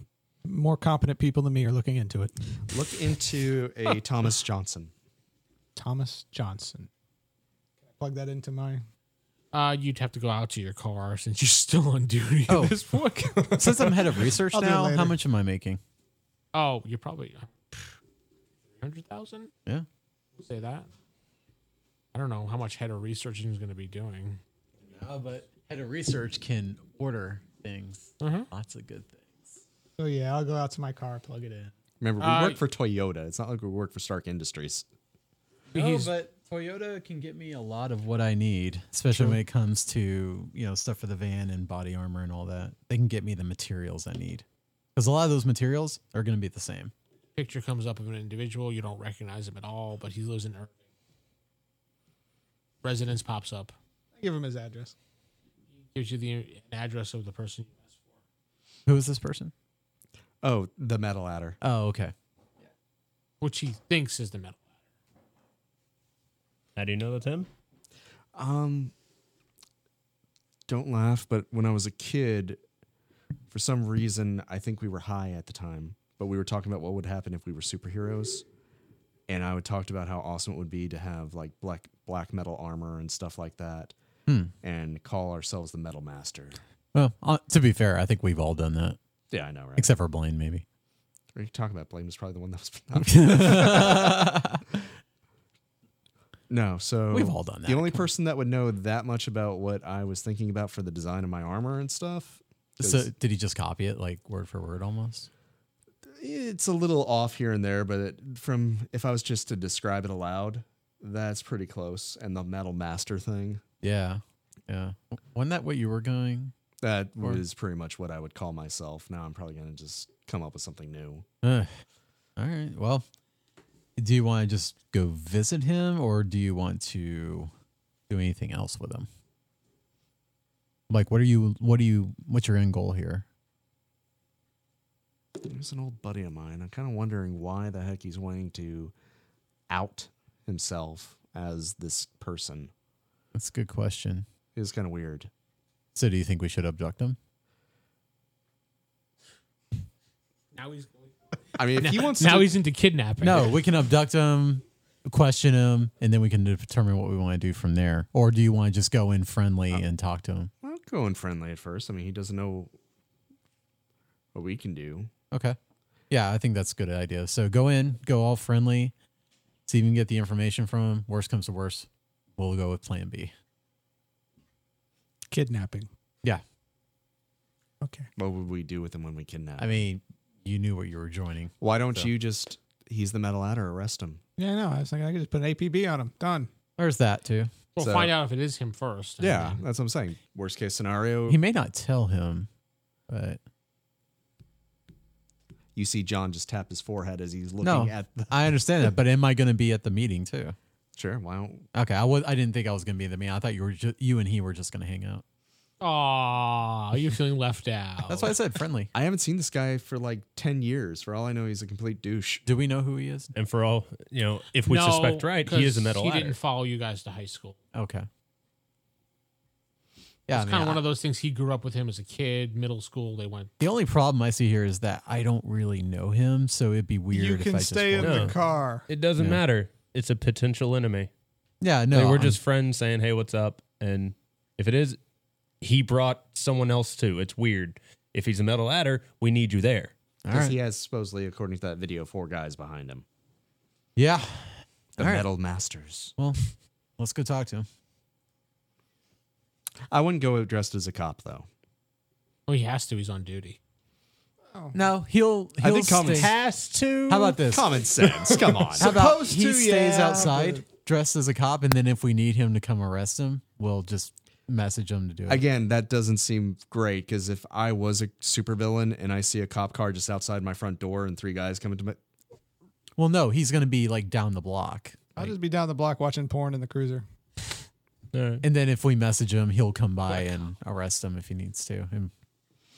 Speaker 5: more competent people than me are looking into it.
Speaker 8: Look into a Thomas Johnson.
Speaker 5: Thomas Johnson. Can I plug that into my.
Speaker 1: Uh, you'd have to go out to your car since you're still on duty
Speaker 7: Oh.
Speaker 1: at this point.
Speaker 7: Since I'm head of research
Speaker 5: I'll do it
Speaker 7: now, how
Speaker 5: later.
Speaker 7: much am I making?
Speaker 1: oh, you're probably hundred thousand.
Speaker 7: Yeah.
Speaker 1: Say that. I don't
Speaker 7: Uh,
Speaker 1: know how much head of researching is going to be doing.
Speaker 7: but head of research can order things.
Speaker 1: Mhm.
Speaker 7: Lots of good things.
Speaker 5: So Oh, yeah, I'll go out to my car, plug it in.
Speaker 8: Remember, we
Speaker 1: Uh,
Speaker 8: work for Toyota. It's not like we work for Stark Industries.
Speaker 7: No,
Speaker 1: He's-
Speaker 7: but Toyota can get me a lot of what I need, especially when it comes to you know stuff for the van and body armor and all that. They can get me the materials I need because a lot of those materials are going to be the same.
Speaker 1: picture comes up of an individual you don't recognize him at all, but he lives in Irving. Residence pops up,
Speaker 5: I give him his address.
Speaker 1: gives you the an address of the person. you asked for.
Speaker 7: Who is this person?
Speaker 8: Oh, the metal adder.
Speaker 7: Oh, okay.
Speaker 1: Which he thinks is the metal.
Speaker 3: How do you know that's him?
Speaker 8: Um, don't laugh, but when I was a kid, for some reason, I think we were high at the time, but we were talking about what would happen if we were superheroes. And I would talked about how awesome it would be to have like black black metal armor and stuff like that, Hmm. and call ourselves the Metal Master.
Speaker 7: Well, uh, to be fair, I think we've all done that,
Speaker 8: Yeah, I know, right?
Speaker 7: except for Blaine, maybe.
Speaker 8: What are you talking about? Blame is probably the one that was. Not- No, so
Speaker 7: We've all done that,
Speaker 8: The only
Speaker 7: come on.
Speaker 8: person that would know that much about what I was thinking about for the design of my armor and stuff. 'cause
Speaker 7: So, did he just copy it like word for word almost?
Speaker 8: it's a little off here and there, but it, from if I was just to describe it aloud, that's pretty close. And the metal master thing,
Speaker 7: Yeah, yeah. Wasn't that what you were going?
Speaker 8: that was pretty much what I would call myself. Now I'm probably gonna just come up with something new.
Speaker 7: Ugh. all right. Well, do you want to just go visit him or do you want to do anything else with him? Like what are you what do you what's your end goal here?
Speaker 8: He's an old buddy of mine. I'm kind of wondering why the heck he's wanting to out himself as this person.
Speaker 7: That's a good question.
Speaker 8: It's kind of weird.
Speaker 7: So do you think we should abduct him?
Speaker 1: Now he's
Speaker 8: I mean, if he wants
Speaker 1: now
Speaker 8: to,
Speaker 1: he's into kidnapping.
Speaker 7: No, we can abduct him, question him, and then we can determine what we want to do from there. Or do you want to just go in friendly and talk to him?
Speaker 8: Well, going friendly at first. I mean, he doesn't know what we can do.
Speaker 7: Okay. Yeah, I think that's a good idea. So go in, go all friendly, see if you can get the information from him. Worst comes to worst, we'll go with plan B.
Speaker 5: Kidnapping.
Speaker 7: Yeah.
Speaker 5: Okay.
Speaker 8: What would we do with him when we kidnap?
Speaker 7: I mean, you knew what you were joining.
Speaker 8: Why don't you just? He's the metal adder. Arrest him.
Speaker 5: Yeah, I know. I was like, I could just put an APB on him. Done.
Speaker 7: There's that too.
Speaker 1: we'll
Speaker 8: so-
Speaker 1: find out if it is him first. and
Speaker 8: Yeah,
Speaker 1: then-
Speaker 8: that's what I'm saying. Worst case scenario,
Speaker 7: He may not tell him, but
Speaker 8: you see John just tap his forehead as he's looking
Speaker 7: No.
Speaker 8: at the.
Speaker 7: I understand that. But am I going to be at the meeting too?
Speaker 8: Sure. Why don't?
Speaker 7: Okay, I was. I didn't think I was going to be at the meeting. I thought you were. Ju- you and he were just going to hang out.
Speaker 1: Aw, you're feeling left out.
Speaker 7: That's why I said friendly.
Speaker 8: I haven't seen this guy for like ten years. For all I know, he's a complete douche.
Speaker 7: Do we know who he is?
Speaker 3: And for all you know, if we
Speaker 1: No,
Speaker 3: suspect right, he is a
Speaker 1: 'cause
Speaker 3: metal
Speaker 1: He
Speaker 3: adder.
Speaker 1: didn't follow you guys to high school.
Speaker 7: Okay. Yeah, I
Speaker 1: It's
Speaker 7: mean,
Speaker 1: kind of
Speaker 7: I-
Speaker 1: one of those things. He grew up with him as a kid, middle school. They went.
Speaker 7: the only problem I see here is that I don't really know him, so it'd be weird.
Speaker 5: you
Speaker 7: if
Speaker 5: can
Speaker 7: I just
Speaker 5: stay in
Speaker 7: walked
Speaker 5: the
Speaker 3: Yeah.
Speaker 5: car.
Speaker 3: It doesn't
Speaker 7: Yeah.
Speaker 3: matter. It's a potential enemy.
Speaker 7: Yeah, no,
Speaker 3: like we're
Speaker 7: I'm-
Speaker 3: just friends saying, "Hey, what's up?" And if it is, he brought someone else too. It's weird. If he's a metal adder, we need you there.
Speaker 7: all
Speaker 8: Because
Speaker 7: right.
Speaker 8: he has supposedly, according to that video, four guys behind him.
Speaker 7: yeah.
Speaker 8: The
Speaker 7: All right.
Speaker 8: metal masters.
Speaker 7: Well, let's go talk to him.
Speaker 8: I wouldn't go dressed as a cop though.
Speaker 1: Oh, he has to. He's on duty.
Speaker 7: No, he'll. he'll
Speaker 8: I think common
Speaker 7: stay-
Speaker 8: has to.
Speaker 7: How about this?
Speaker 8: Common sense. Come on.
Speaker 7: How about
Speaker 5: Supposed
Speaker 7: he
Speaker 5: to,
Speaker 7: stays
Speaker 5: yeah,
Speaker 7: outside dressed as a cop, and then if we need him to come arrest him, we'll just message him to do it.
Speaker 8: Again, that doesn't seem great because if I was a supervillain and I see a cop car just outside my front door and three guys coming to my,
Speaker 7: well, no, he's gonna be like down the block,
Speaker 5: I'll just be down the block watching porn in the cruiser.
Speaker 7: and then if we message him, he'll come by and arrest him if he needs to, and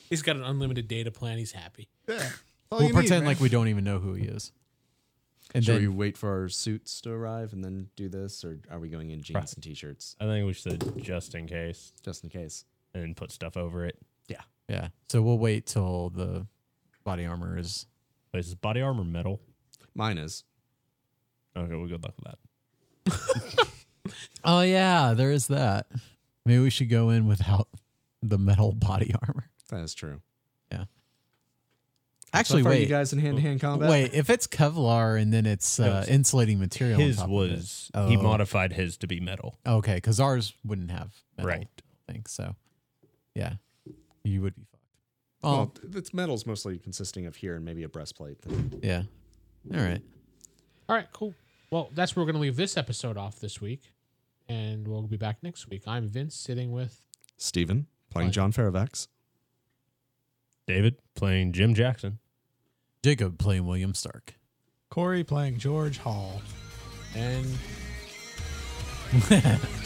Speaker 1: He's got an unlimited data plan. He's happy.
Speaker 5: All
Speaker 7: we'll
Speaker 5: you need,
Speaker 7: pretend
Speaker 5: man.
Speaker 7: like we don't even know who he is. And
Speaker 8: should
Speaker 7: then
Speaker 8: we wait for our suits to arrive and then do this, or are we going in jeans and t-shirts
Speaker 3: I think we should just in case
Speaker 8: just in case?
Speaker 3: and put stuff over it.
Speaker 7: yeah, so we'll wait till the body armor is.
Speaker 3: But is body armor metal?
Speaker 8: Mine is.
Speaker 3: Okay, we'll go back with that.
Speaker 7: Oh yeah, there is that. Maybe we should go in without the metal body armor.
Speaker 8: That is true.
Speaker 7: Actually,
Speaker 8: so far,
Speaker 7: wait.
Speaker 8: you guys in hand-to-hand combat.
Speaker 7: Wait, if it's Kevlar and then it's
Speaker 3: No,
Speaker 7: uh,
Speaker 3: it's-
Speaker 7: insulating material, on
Speaker 3: His
Speaker 7: top of
Speaker 3: was
Speaker 7: it. Oh,
Speaker 3: he modified his to be metal.
Speaker 7: Okay, because ours wouldn't have metal,
Speaker 3: Right.
Speaker 7: I think so. Yeah, you would be fucked.
Speaker 4: Oh,
Speaker 8: Well,
Speaker 7: um,
Speaker 8: it's metal's mostly consisting of here and maybe a breastplate.
Speaker 7: Oh,
Speaker 8: thing.
Speaker 4: yeah. All right.
Speaker 1: All right, cool. Well, that's where we're going to leave this episode off this week. And we'll be back next week. I'm Vince sitting with.
Speaker 8: Steven playing
Speaker 1: Fine.
Speaker 8: John Faravax.
Speaker 3: David playing Jim Jackson.
Speaker 4: Jacob playing William Stark.
Speaker 5: Corey playing George Hall.
Speaker 1: And